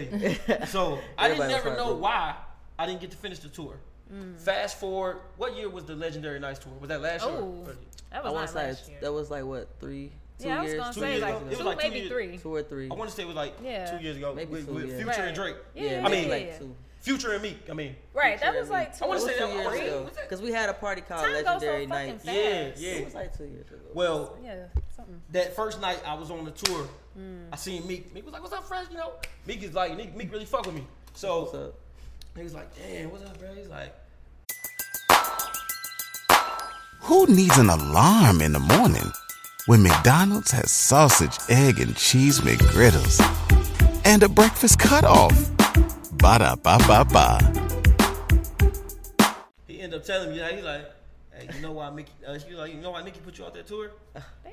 [SPEAKER 4] you. so I didn't
[SPEAKER 6] Everybody was
[SPEAKER 4] never
[SPEAKER 6] hurt,
[SPEAKER 4] know
[SPEAKER 6] bro.
[SPEAKER 4] why I didn't get to finish the tour.
[SPEAKER 5] Mm.
[SPEAKER 4] Fast forward, what year was the legendary Nights tour? Was that last year?
[SPEAKER 5] Oh,
[SPEAKER 4] or-
[SPEAKER 5] that
[SPEAKER 6] I
[SPEAKER 5] was
[SPEAKER 6] wanna
[SPEAKER 5] not
[SPEAKER 6] say
[SPEAKER 5] last
[SPEAKER 6] it's-
[SPEAKER 5] year.
[SPEAKER 6] that was like what three, two
[SPEAKER 5] Yeah, I was
[SPEAKER 6] years,
[SPEAKER 5] gonna
[SPEAKER 6] two
[SPEAKER 5] say,
[SPEAKER 6] years
[SPEAKER 5] like,
[SPEAKER 6] ago.
[SPEAKER 5] It was like two, maybe years- three.
[SPEAKER 6] two or three.
[SPEAKER 4] I want to say it was like
[SPEAKER 5] Yeah.
[SPEAKER 4] two years ago
[SPEAKER 6] Maybe
[SPEAKER 4] with,
[SPEAKER 6] two,
[SPEAKER 4] with
[SPEAKER 6] yeah.
[SPEAKER 4] Future and
[SPEAKER 5] Right.
[SPEAKER 4] Drake.
[SPEAKER 5] Yeah, Yeah,
[SPEAKER 4] I
[SPEAKER 5] maybe
[SPEAKER 4] mean,
[SPEAKER 5] like Yeah. two.
[SPEAKER 4] Future and me. I mean,
[SPEAKER 5] Right, that was like two.
[SPEAKER 4] I want to
[SPEAKER 5] or
[SPEAKER 4] say
[SPEAKER 5] three
[SPEAKER 4] that was
[SPEAKER 5] years
[SPEAKER 4] three.
[SPEAKER 5] ago.
[SPEAKER 6] because we had a party called
[SPEAKER 5] Time goes so
[SPEAKER 6] Legendary
[SPEAKER 5] fucking
[SPEAKER 6] Night.
[SPEAKER 4] Yeah, yeah.
[SPEAKER 6] It was like two years ago.
[SPEAKER 4] Well,
[SPEAKER 5] Yeah, something.
[SPEAKER 4] that first night I was on the tour,
[SPEAKER 5] Mm.
[SPEAKER 4] I seen Meek. Meek was like, "What's up, friends?" You know, Meek is like, Meek, Meek really fuck with me. So he was like, "Damn, what's up, bro?" He's like,
[SPEAKER 8] Who needs an alarm in the morning when McDonald's has sausage, egg, and cheese McGriddles and a breakfast cutoff? Ba da ba ba ba.
[SPEAKER 4] he ended up telling me that he's like, "Hey, you know why Mickey? Uh, she was like, you know why Mickey put you out that tour?"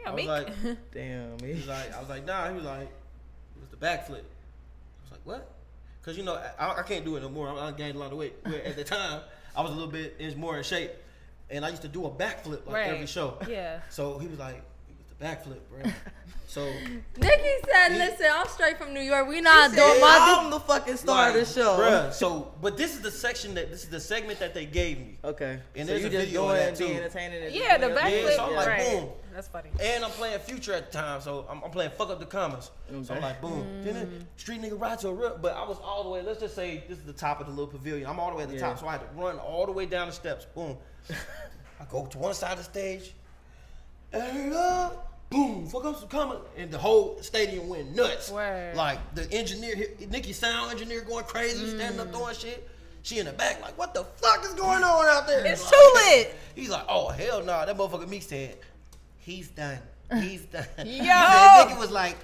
[SPEAKER 4] I was
[SPEAKER 5] Meek.
[SPEAKER 4] like,
[SPEAKER 6] Damn,
[SPEAKER 4] He was like, I was like, nah. He was like, it was the backflip. I was like, what? Because you know, I, I can't do it no more. I, I gained a lot of weight. Where at the time, I was a little bit inch more in shape, and I used to do a backflip like every
[SPEAKER 5] Right.
[SPEAKER 4] show.
[SPEAKER 5] Yeah.
[SPEAKER 4] So he was like, it was the backflip, bro. so
[SPEAKER 7] Nikki said, "Listen, I'm straight from New York. We not
[SPEAKER 6] She
[SPEAKER 7] doing
[SPEAKER 6] said,
[SPEAKER 7] my."
[SPEAKER 6] "I'm the fucking star of
[SPEAKER 4] like,
[SPEAKER 6] this show."
[SPEAKER 4] bruh, So, but this is the section that this is the segment that they gave me.
[SPEAKER 6] Okay.
[SPEAKER 4] And
[SPEAKER 6] so
[SPEAKER 4] there's
[SPEAKER 6] you
[SPEAKER 4] a
[SPEAKER 6] just
[SPEAKER 4] video
[SPEAKER 6] going
[SPEAKER 4] of
[SPEAKER 6] and
[SPEAKER 4] that
[SPEAKER 6] being
[SPEAKER 4] too.
[SPEAKER 6] entertaining. and
[SPEAKER 5] Yeah, the
[SPEAKER 6] doing your
[SPEAKER 5] backflip.
[SPEAKER 6] thing.
[SPEAKER 4] so I'm like,
[SPEAKER 5] right.
[SPEAKER 4] boom.
[SPEAKER 5] That's funny.
[SPEAKER 4] And I'm playing Future at the time, so I'm, I'm playing Fuck Up the Commas. So I'm like, boom.
[SPEAKER 5] Mm.
[SPEAKER 4] Then it- Street Nigga Ride to a Rip. But I was all the way, let's just say this is the top of the little pavilion. I'm all the way at the
[SPEAKER 6] Yeah.
[SPEAKER 4] top, so I had to run all the way down the steps. Boom. I go to one side of the stage. And up. Boom. Fuck Up the Commas. And the whole stadium went nuts.
[SPEAKER 5] Word.
[SPEAKER 4] Like, the engineer, Nikki sound engineer going crazy, standing
[SPEAKER 5] Mm.
[SPEAKER 4] up throwing shit. She in the back, like, what the fuck is going on out there?
[SPEAKER 5] It's
[SPEAKER 4] Like,
[SPEAKER 5] too lit.
[SPEAKER 4] He's like, oh hell no, that motherfucker Meek said, he's done. He's done.
[SPEAKER 5] Yo!
[SPEAKER 4] nigga was like,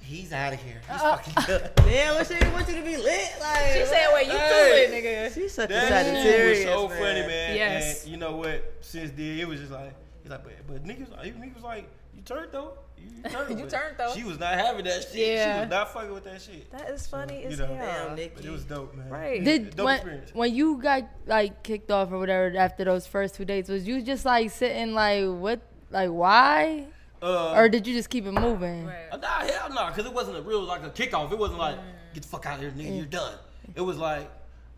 [SPEAKER 4] he's out of here.
[SPEAKER 5] Uh-uh.
[SPEAKER 4] He's fucking done.
[SPEAKER 6] Damn, what she didn't want you to be lit. Like
[SPEAKER 5] She said, "Well, you
[SPEAKER 4] Hey.
[SPEAKER 5] too lit, nigga."
[SPEAKER 6] She's such a
[SPEAKER 4] That shit was
[SPEAKER 6] Sagittarius.
[SPEAKER 4] so
[SPEAKER 6] man.
[SPEAKER 4] funny, man.
[SPEAKER 5] Yes.
[SPEAKER 4] And you know what? Since then, it was just like, he's like, but, but nigga, was like, nigga was like, you turned though. You turned,
[SPEAKER 5] You
[SPEAKER 4] But
[SPEAKER 5] turned, though.
[SPEAKER 4] She was not having that shit. She
[SPEAKER 5] Yeah.
[SPEAKER 4] was not fucking with that shit.
[SPEAKER 5] That is funny
[SPEAKER 4] You
[SPEAKER 5] as
[SPEAKER 4] know,
[SPEAKER 5] hell.
[SPEAKER 6] Damn,
[SPEAKER 4] But
[SPEAKER 6] Nikki.
[SPEAKER 4] it was dope, man.
[SPEAKER 5] Right.
[SPEAKER 7] Did
[SPEAKER 4] Dope
[SPEAKER 7] when,
[SPEAKER 4] experience.
[SPEAKER 7] when you got like kicked off or whatever after those first two dates, was you just like sitting like what like why,
[SPEAKER 4] Uh,
[SPEAKER 7] or did you just keep it moving?
[SPEAKER 4] Uh, Nah, hell no, because it wasn't a real like a kickoff. It wasn't like get the fuck out of here, nigga, you're done. It was like,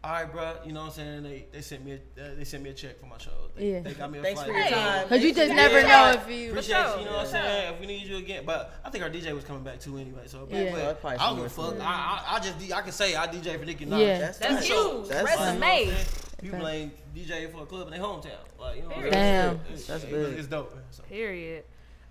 [SPEAKER 4] all right, bro, you know what I'm saying? They they sent me a, uh, they sent me a check for my show. They,
[SPEAKER 7] Yeah.
[SPEAKER 4] they got me a
[SPEAKER 6] Thanks
[SPEAKER 4] flight.
[SPEAKER 6] for your time.
[SPEAKER 7] Cause you just
[SPEAKER 6] Yeah.
[SPEAKER 7] never know if you.
[SPEAKER 4] Appreciate you, you know what I'm
[SPEAKER 5] For
[SPEAKER 4] saying? If we need you again, but I think our DJ was coming back too anyway. So, but,
[SPEAKER 7] Yeah.
[SPEAKER 4] but
[SPEAKER 6] Yeah, that's probably
[SPEAKER 4] I don't give a
[SPEAKER 6] somewhere.
[SPEAKER 4] fuck. I, I I just D- I can say I DJ for Nicki Minaj.
[SPEAKER 7] Yeah.
[SPEAKER 6] That's,
[SPEAKER 5] That's
[SPEAKER 6] fine.
[SPEAKER 5] huge.
[SPEAKER 6] That's fine.
[SPEAKER 5] Resume.
[SPEAKER 4] People blame DJ for a club in their hometown. Like, you know, what I'm
[SPEAKER 7] Damn.
[SPEAKER 4] saying? It's-
[SPEAKER 6] That's
[SPEAKER 4] it's-
[SPEAKER 6] big.
[SPEAKER 4] It's dope. man. So,
[SPEAKER 5] Period.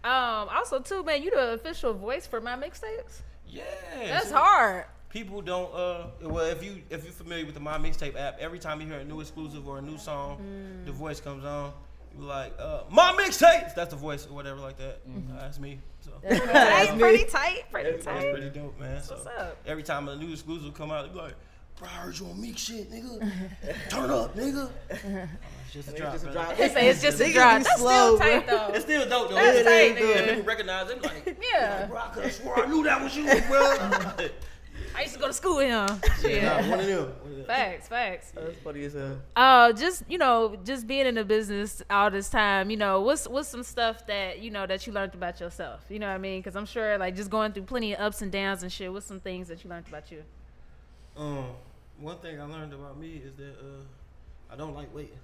[SPEAKER 5] Um, also too, man, you the official voice for my mixtapes.
[SPEAKER 4] yeah,
[SPEAKER 5] That's
[SPEAKER 4] so-
[SPEAKER 5] hard.
[SPEAKER 4] people don't uh well if you if you're familiar with the my mixtape app every time you hear a new exclusive or a new song
[SPEAKER 7] Mm.
[SPEAKER 4] the voice comes on you like uh my mixtapes that's the voice or whatever like that
[SPEAKER 6] Mm-hmm.
[SPEAKER 4] Uh, that's me so
[SPEAKER 5] Tight, pretty tight, pretty
[SPEAKER 4] that's
[SPEAKER 5] tight.
[SPEAKER 4] pretty dope man so
[SPEAKER 5] What's up?
[SPEAKER 4] every time a new exclusive come out they be like bro I heard you on Meek shit nigga turn up nigga it's just a drop,
[SPEAKER 6] Just
[SPEAKER 4] man.
[SPEAKER 6] drop.
[SPEAKER 5] They say it's just a
[SPEAKER 6] Niggas
[SPEAKER 5] drop.
[SPEAKER 6] be
[SPEAKER 5] That's
[SPEAKER 6] slow,
[SPEAKER 5] still tight though.
[SPEAKER 4] it's still dope though
[SPEAKER 5] That's
[SPEAKER 4] It's
[SPEAKER 5] tight,
[SPEAKER 4] dope.
[SPEAKER 5] nigga.
[SPEAKER 4] When people recognize it they be like
[SPEAKER 5] Yeah.
[SPEAKER 4] bro I could have swore I knew that was you bro
[SPEAKER 5] I used to go to school with him.
[SPEAKER 4] Nah,
[SPEAKER 5] Yeah.
[SPEAKER 4] one of them One of them.
[SPEAKER 5] Facts, facts.
[SPEAKER 6] That's funny as hell.
[SPEAKER 5] Uh, just you know, just being in the business all this time, you know, what's what's some stuff that you know that you learned about yourself? You know what I mean? Because I'm sure, like, just going through plenty of ups and downs and shit. What's some things that you learned about you?
[SPEAKER 4] Um, one thing I learned about me is that uh, I don't like waiting.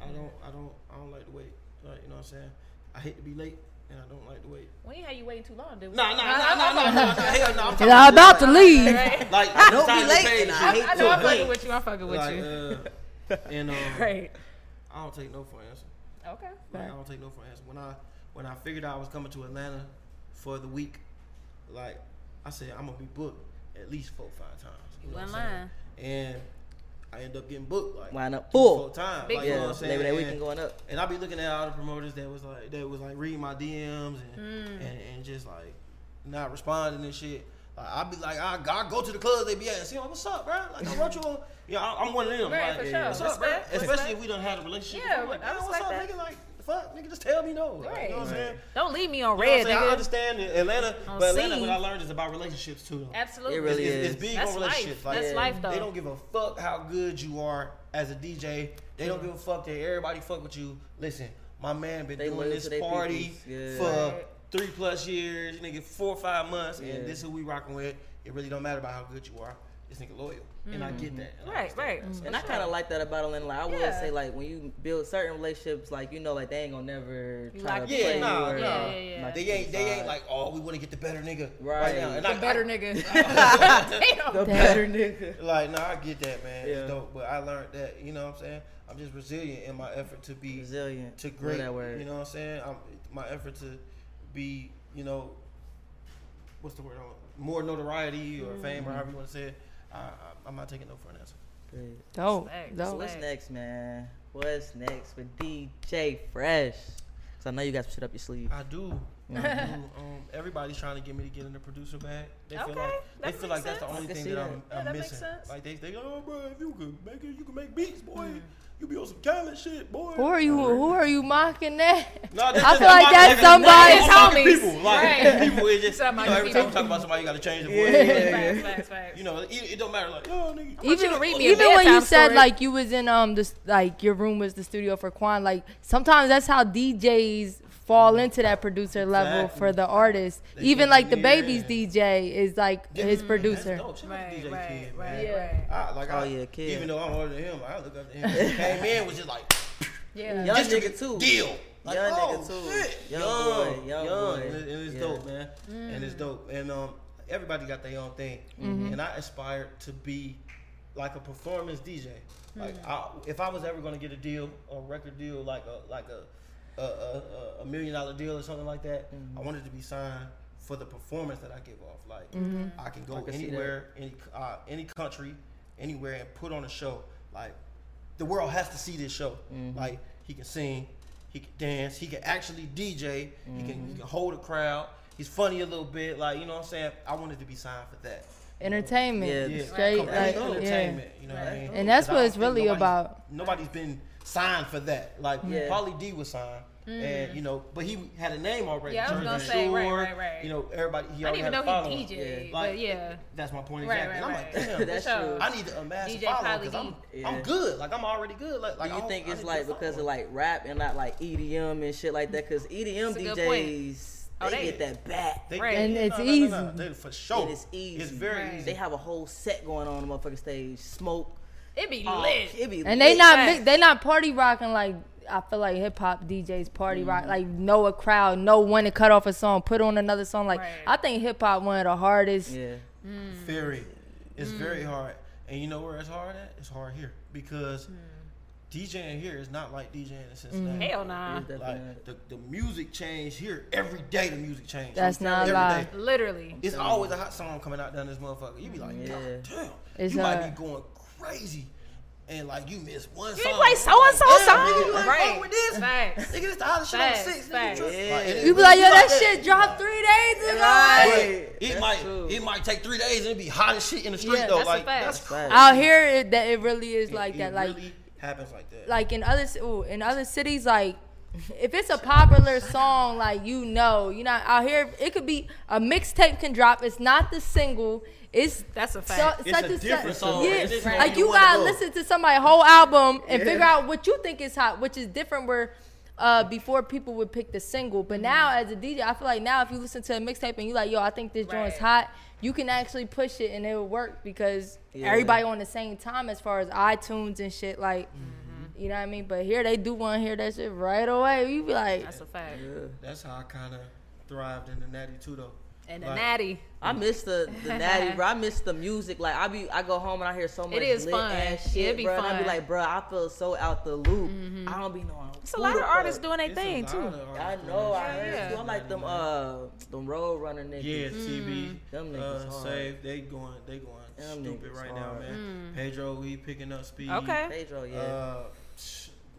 [SPEAKER 4] I don't, I don't, I don't like to wait. Like, you know what I'm saying? I hate to be late, and I don't like to wait.
[SPEAKER 5] We ain't had you waiting too long, did we?
[SPEAKER 4] Nah, nah, nah, nah, nah, nah, nah, hell no. I'm talking
[SPEAKER 7] And I'm about to leave.
[SPEAKER 5] Right?
[SPEAKER 4] like
[SPEAKER 6] Don't be
[SPEAKER 4] time to
[SPEAKER 6] late,
[SPEAKER 4] pay
[SPEAKER 6] and I
[SPEAKER 4] shit.
[SPEAKER 6] hate
[SPEAKER 5] I know I'm fucking with you. I'm fucking with you.
[SPEAKER 4] Like, uh, and um,
[SPEAKER 5] Right.
[SPEAKER 4] I don't take no for an answer.
[SPEAKER 5] Okay.
[SPEAKER 4] Like, I don't take no for an answer. When I when I figured out I was coming to Atlanta for the week, like I said, I'm gonna be booked at least four or five times. You
[SPEAKER 5] You
[SPEAKER 4] know what
[SPEAKER 5] wasn't
[SPEAKER 4] I'm saying?
[SPEAKER 5] lying.
[SPEAKER 4] And I end up getting booked like
[SPEAKER 6] Line up
[SPEAKER 4] two,
[SPEAKER 6] full.
[SPEAKER 4] four times.
[SPEAKER 6] Big
[SPEAKER 4] like, you know
[SPEAKER 6] time.
[SPEAKER 4] what I'm saying?
[SPEAKER 6] Labor Day
[SPEAKER 4] And-
[SPEAKER 6] weekend going up.
[SPEAKER 4] And I be looking at all the promoters that was like that was like reading my DMs and
[SPEAKER 6] Mm.
[SPEAKER 4] and, and just like not responding and shit. Like, I be like, I, I go to the clubs they be at and see, like, what's up, bro? Like, I want you on. Yeah, I, I'm one of them.
[SPEAKER 5] Right,
[SPEAKER 4] like,
[SPEAKER 5] for
[SPEAKER 4] yeah,
[SPEAKER 5] sure.
[SPEAKER 4] What's up, bro?
[SPEAKER 5] Respect,
[SPEAKER 4] Especially
[SPEAKER 5] respect.
[SPEAKER 4] if we done had a relationship.
[SPEAKER 5] Yeah,
[SPEAKER 4] I'm like,
[SPEAKER 5] I
[SPEAKER 4] man, what's up,
[SPEAKER 5] respect
[SPEAKER 4] nigga? Like, fuck, nigga, just tell me no. Like, You know what I'm
[SPEAKER 5] Right.
[SPEAKER 4] saying?
[SPEAKER 5] Don't leave me on
[SPEAKER 4] You know what I'm
[SPEAKER 5] red,
[SPEAKER 4] saying?
[SPEAKER 5] nigga.
[SPEAKER 4] I understand it. Atlanta,
[SPEAKER 5] On
[SPEAKER 4] but Atlanta,
[SPEAKER 5] scene.
[SPEAKER 4] what I learned is about relationships too. though.
[SPEAKER 5] Absolutely.
[SPEAKER 6] It really
[SPEAKER 4] it's, it's-
[SPEAKER 6] is.
[SPEAKER 4] It's big
[SPEAKER 5] That's
[SPEAKER 4] on
[SPEAKER 5] life.
[SPEAKER 4] relationships. Like,
[SPEAKER 5] That's life, though.
[SPEAKER 4] They don't give a fuck how good you are as a DJ. They don't give a fuck that everybody fuck with you. Listen, my man been
[SPEAKER 6] They
[SPEAKER 4] doing
[SPEAKER 6] loyal
[SPEAKER 4] this
[SPEAKER 6] to they
[SPEAKER 4] party
[SPEAKER 6] peoples. Yeah.
[SPEAKER 4] for
[SPEAKER 6] Right.
[SPEAKER 4] three plus years, nigga, four or five months,
[SPEAKER 6] Yeah.
[SPEAKER 4] and this is who we rocking with. It really don't matter about how good you are. This nigga loyal, and I
[SPEAKER 6] Mm-hmm.
[SPEAKER 4] get that. And I
[SPEAKER 5] Right, right.
[SPEAKER 6] And I kind of like that about Atlanta. Like I would
[SPEAKER 5] Yeah.
[SPEAKER 6] say, like when you build certain relationships, like you know, like they ain't gonna never
[SPEAKER 5] You
[SPEAKER 6] try
[SPEAKER 5] lock
[SPEAKER 6] to
[SPEAKER 5] it
[SPEAKER 6] play
[SPEAKER 5] in. Yeah,
[SPEAKER 6] you or
[SPEAKER 5] yeah, yeah.
[SPEAKER 6] knock
[SPEAKER 4] They
[SPEAKER 6] you
[SPEAKER 4] ain't, they ain't
[SPEAKER 6] aside.
[SPEAKER 4] like, oh, we want to get the better nigga right,
[SPEAKER 6] Right.
[SPEAKER 4] now. And
[SPEAKER 6] The
[SPEAKER 4] I,
[SPEAKER 6] better
[SPEAKER 5] nigga.
[SPEAKER 4] Damn.
[SPEAKER 6] The better nigga.
[SPEAKER 4] Like, nah, I get that, man.
[SPEAKER 6] Yeah.
[SPEAKER 4] It's dope, but I learned that. You know what I'm saying? I'm just resilient in my effort to be
[SPEAKER 6] resilient
[SPEAKER 4] to
[SPEAKER 6] Love
[SPEAKER 4] great.
[SPEAKER 6] that word.
[SPEAKER 4] You know what I'm saying? I'm, my effort to be, you know, what's the word? I want? More notoriety or fame or
[SPEAKER 6] Mhm.
[SPEAKER 4] however you want to say it. I, I, I'm not taking no for an answer.
[SPEAKER 6] Good.
[SPEAKER 7] Dope,
[SPEAKER 6] So
[SPEAKER 7] dope.
[SPEAKER 6] what's next, man? What's next for DJ Fresh? Cause I know you got some shit up your sleeve. Oh,
[SPEAKER 4] I do. I do. Um, everybody's trying to get me to get in the producer bag. They feel
[SPEAKER 5] Okay,
[SPEAKER 4] like they
[SPEAKER 5] that
[SPEAKER 4] feel
[SPEAKER 5] makes
[SPEAKER 4] like that's the
[SPEAKER 5] sense.
[SPEAKER 4] only
[SPEAKER 6] I can
[SPEAKER 4] thing
[SPEAKER 6] see
[SPEAKER 4] that,
[SPEAKER 6] that.
[SPEAKER 4] I'm,
[SPEAKER 5] Yeah,
[SPEAKER 4] I'm
[SPEAKER 5] that makes
[SPEAKER 4] missing.
[SPEAKER 5] sense.
[SPEAKER 4] Like they think, oh, bro, if you could make it, you can make beats, boy. You be on some talent shit, boy.
[SPEAKER 7] Who are you? Who are you mocking that?
[SPEAKER 4] No, that's
[SPEAKER 7] I
[SPEAKER 4] just-
[SPEAKER 7] feel like
[SPEAKER 4] I'm
[SPEAKER 7] that's
[SPEAKER 4] mocking-
[SPEAKER 7] somebody's
[SPEAKER 4] I'm mocking
[SPEAKER 7] homies.
[SPEAKER 4] People, like
[SPEAKER 5] Right.
[SPEAKER 4] people, it just
[SPEAKER 5] Stop
[SPEAKER 4] you know,
[SPEAKER 5] mocking
[SPEAKER 4] every time you
[SPEAKER 5] people.
[SPEAKER 4] talk about somebody, you got to change the voice.
[SPEAKER 6] Yeah, yeah,
[SPEAKER 5] Facts, facts, facts.
[SPEAKER 4] You know, it, it don't matter. Like, yo, nigga,
[SPEAKER 5] want you to read me a
[SPEAKER 7] even when you
[SPEAKER 5] bedtime
[SPEAKER 7] said
[SPEAKER 5] story.
[SPEAKER 7] like you was in um this like your room was the studio for Quan, like sometimes that's how DJs fall into that producer level
[SPEAKER 4] Exactly.
[SPEAKER 7] for the artist.
[SPEAKER 4] They
[SPEAKER 7] even like the
[SPEAKER 4] engineer
[SPEAKER 7] baby's
[SPEAKER 4] and-
[SPEAKER 7] DJ is like his producer.
[SPEAKER 4] That's dope. Shout out to
[SPEAKER 5] Right,
[SPEAKER 4] DJ
[SPEAKER 5] right,
[SPEAKER 4] Kid,
[SPEAKER 5] right,
[SPEAKER 4] man.
[SPEAKER 5] right.
[SPEAKER 4] I, like,
[SPEAKER 6] Oh,
[SPEAKER 4] I,
[SPEAKER 6] yeah, Kid.
[SPEAKER 4] Even though I'm older than him, I look up to him. Came in was just like.
[SPEAKER 5] Yeah.
[SPEAKER 6] Young
[SPEAKER 4] Just
[SPEAKER 6] nigga too.
[SPEAKER 4] Deal. Like,
[SPEAKER 6] Young
[SPEAKER 4] oh,
[SPEAKER 6] nigga too.
[SPEAKER 4] Shit.
[SPEAKER 6] Young boy, young boy.
[SPEAKER 4] And, it- and it's
[SPEAKER 6] Yeah.
[SPEAKER 4] dope, man. And it's dope. And um, everybody got their own thing. And I aspire to be like a performance DJ. Like, I, if I was ever going to get a deal, a record deal, like a like a a, a, a- a million dollar deal or something like that, I wanted to be signed for the performance that I give off. Like, I can go
[SPEAKER 6] I can see that.
[SPEAKER 4] anywhere, any uh, any country, anywhere, and put on a show. Like, the world has to see this show. Like he can sing, he can dance, he can actually DJ, he can he can hold a crowd. He's funny a little bit, like you know what I'm saying. I wanted to be signed for that.
[SPEAKER 7] Entertainment.
[SPEAKER 6] Yeah.
[SPEAKER 4] Yeah,
[SPEAKER 7] Straight
[SPEAKER 4] complete
[SPEAKER 7] like yeah.
[SPEAKER 4] entertainment. You know what I mean?
[SPEAKER 7] And that's
[SPEAKER 4] 'Cause I
[SPEAKER 7] what
[SPEAKER 4] don't
[SPEAKER 7] it's
[SPEAKER 4] think
[SPEAKER 7] really
[SPEAKER 4] nobody's-
[SPEAKER 7] about.
[SPEAKER 4] Nobody's been signed for that. Like
[SPEAKER 6] Yeah.
[SPEAKER 4] Pauly D was signed. And you know, but he had a name already.
[SPEAKER 5] Mm. Yeah, I was
[SPEAKER 4] Jersey
[SPEAKER 5] gonna say, right,
[SPEAKER 4] Shore,
[SPEAKER 5] right, right.
[SPEAKER 4] You know, everybody. He
[SPEAKER 5] I
[SPEAKER 4] already
[SPEAKER 5] didn't
[SPEAKER 4] had
[SPEAKER 5] even
[SPEAKER 4] a
[SPEAKER 5] know he
[SPEAKER 4] following.
[SPEAKER 5] DJ'd,
[SPEAKER 4] Like,
[SPEAKER 5] but yeah.
[SPEAKER 4] That's my point
[SPEAKER 5] Right,
[SPEAKER 4] exactly. And I'm
[SPEAKER 5] right,
[SPEAKER 4] like,
[SPEAKER 5] right.
[SPEAKER 4] damn,
[SPEAKER 6] That's
[SPEAKER 5] For sure.
[SPEAKER 6] true.
[SPEAKER 4] I need to amass
[SPEAKER 5] DJ
[SPEAKER 4] follow
[SPEAKER 5] Khaled
[SPEAKER 4] because I'm,
[SPEAKER 6] D.
[SPEAKER 4] I'm
[SPEAKER 6] Yeah.
[SPEAKER 4] good. Like I'm already good. Like, like
[SPEAKER 6] Do
[SPEAKER 4] I
[SPEAKER 6] you
[SPEAKER 4] don't-
[SPEAKER 6] think
[SPEAKER 4] I
[SPEAKER 6] it's
[SPEAKER 4] need
[SPEAKER 6] like
[SPEAKER 4] to
[SPEAKER 6] because
[SPEAKER 4] follow.
[SPEAKER 6] of like rap and not like EDM and shit like that? E Because EDM
[SPEAKER 5] That's a good point.
[SPEAKER 6] DJs,
[SPEAKER 5] Oh,
[SPEAKER 6] they,
[SPEAKER 5] they-
[SPEAKER 6] get that back.
[SPEAKER 4] They-
[SPEAKER 5] Right.
[SPEAKER 4] yeah,
[SPEAKER 5] And
[SPEAKER 4] yeah,
[SPEAKER 7] it's
[SPEAKER 4] no, no, no, no,
[SPEAKER 7] easy.
[SPEAKER 4] they- for sure.
[SPEAKER 6] It is easy.
[SPEAKER 4] It's very
[SPEAKER 5] Right.
[SPEAKER 4] easy.
[SPEAKER 6] They have a whole set going on on the motherfucking stage. Smoke.
[SPEAKER 5] It be
[SPEAKER 6] Oh,
[SPEAKER 5] lit.
[SPEAKER 6] it be
[SPEAKER 7] And they
[SPEAKER 6] lit.
[SPEAKER 7] not
[SPEAKER 5] Facts.
[SPEAKER 7] mix- they not party rocking like I feel like hip hop DJs party rock
[SPEAKER 6] Mm-hmm.
[SPEAKER 7] like know a crowd, know when to cut off a song, put on another song. Like
[SPEAKER 5] Right.
[SPEAKER 7] I think hip hop one of the hardest.
[SPEAKER 6] Yeah.
[SPEAKER 4] very it's
[SPEAKER 7] Mm.
[SPEAKER 4] very hard and you know where it's hard at it's hard here because
[SPEAKER 7] Hmm.
[SPEAKER 4] djing here is not like djing in
[SPEAKER 7] Mm.
[SPEAKER 4] cincinnati
[SPEAKER 5] Hell nah.
[SPEAKER 6] It's definitely
[SPEAKER 4] like the, the music change here every day the music change
[SPEAKER 7] That's not a
[SPEAKER 4] Every
[SPEAKER 7] lie.
[SPEAKER 4] day.
[SPEAKER 5] Literally.
[SPEAKER 4] it's always a hot song coming out down this motherfucker you be like
[SPEAKER 6] Yeah.
[SPEAKER 4] God damn
[SPEAKER 7] It's uh,
[SPEAKER 4] you might
[SPEAKER 7] hard.
[SPEAKER 4] be going crazy and like you miss one
[SPEAKER 5] You
[SPEAKER 4] song
[SPEAKER 5] ain't play so and so
[SPEAKER 4] Damn, nigga, you
[SPEAKER 5] song.
[SPEAKER 4] ain't
[SPEAKER 5] Right.
[SPEAKER 4] fuck with this
[SPEAKER 5] Facts.
[SPEAKER 4] nigga this the hottest shit on
[SPEAKER 5] Facts,
[SPEAKER 4] six nigga,
[SPEAKER 5] facts.
[SPEAKER 4] you tripping. Like, it-
[SPEAKER 7] You be like, yo,
[SPEAKER 4] you
[SPEAKER 7] that
[SPEAKER 4] like
[SPEAKER 7] shit dropped three days ago.
[SPEAKER 6] Right.
[SPEAKER 4] It
[SPEAKER 6] That's
[SPEAKER 4] might
[SPEAKER 6] true.
[SPEAKER 4] it might take three days and it be hot as shit in the street
[SPEAKER 7] Yeah,
[SPEAKER 4] though.
[SPEAKER 5] that's a
[SPEAKER 4] like
[SPEAKER 5] fact.
[SPEAKER 4] that's
[SPEAKER 6] Facts.
[SPEAKER 7] Out here, it, that it really is
[SPEAKER 4] It-
[SPEAKER 7] like
[SPEAKER 4] it
[SPEAKER 7] that. Like,
[SPEAKER 4] really happens like that.
[SPEAKER 7] like in other ci- ooh, in other cities, like if it's a popular song, like you know, you know, out here it could be a mixtape can drop. It's not the single. It's
[SPEAKER 5] That's
[SPEAKER 7] so-
[SPEAKER 5] a fact.
[SPEAKER 4] It's
[SPEAKER 7] such
[SPEAKER 4] a different
[SPEAKER 7] such-
[SPEAKER 4] song.
[SPEAKER 7] Yeah,
[SPEAKER 4] It's just
[SPEAKER 7] like
[SPEAKER 4] one
[SPEAKER 7] you
[SPEAKER 4] you wanna
[SPEAKER 7] gotta
[SPEAKER 4] go.
[SPEAKER 7] listen to somebody's whole album and figure out what you think is hot, which is different. Where uh, before people would pick the single, but now as a DJ, I feel like now if you listen to a mixtape and you like, yo, I think this joint's
[SPEAKER 5] Right.
[SPEAKER 7] hot, you can actually push it and it will work because
[SPEAKER 6] Yeah.
[SPEAKER 7] everybody on the same time as far as iTunes and shit. Like, you know what I mean? But here they do want to hear that shit right away. You be like,
[SPEAKER 5] That's a fact.
[SPEAKER 6] Yeah.
[SPEAKER 4] That's how I kind of thrived in the natty too, though.
[SPEAKER 5] And the natty.
[SPEAKER 6] I miss the, the natty, bro. I miss the music. Like I be, I go home and I hear so much.
[SPEAKER 5] is
[SPEAKER 6] lit
[SPEAKER 5] fun.
[SPEAKER 6] Ass shit,
[SPEAKER 5] It'd be
[SPEAKER 6] bro. And I
[SPEAKER 5] fun. Mm-hmm.
[SPEAKER 6] be like, bro, I feel so out the loop. I don't be knowing.
[SPEAKER 5] It's a
[SPEAKER 6] who
[SPEAKER 5] lot
[SPEAKER 6] the
[SPEAKER 5] of artists
[SPEAKER 6] fuck-
[SPEAKER 5] doing their thing too.
[SPEAKER 6] I know. I heard
[SPEAKER 5] Yeah.
[SPEAKER 6] you. I'm like them, uh, them road runner niggas.
[SPEAKER 4] Yeah, CB,
[SPEAKER 7] Mm-hmm.
[SPEAKER 6] Them niggas
[SPEAKER 4] uh,
[SPEAKER 6] hard.
[SPEAKER 4] save. They going, they going
[SPEAKER 6] Them
[SPEAKER 4] stupid
[SPEAKER 6] niggas
[SPEAKER 4] right now,
[SPEAKER 6] hard.
[SPEAKER 7] Mm.
[SPEAKER 4] man. Pedro, we picking up speed.
[SPEAKER 6] Okay. Pedro, yeah.
[SPEAKER 4] Uh,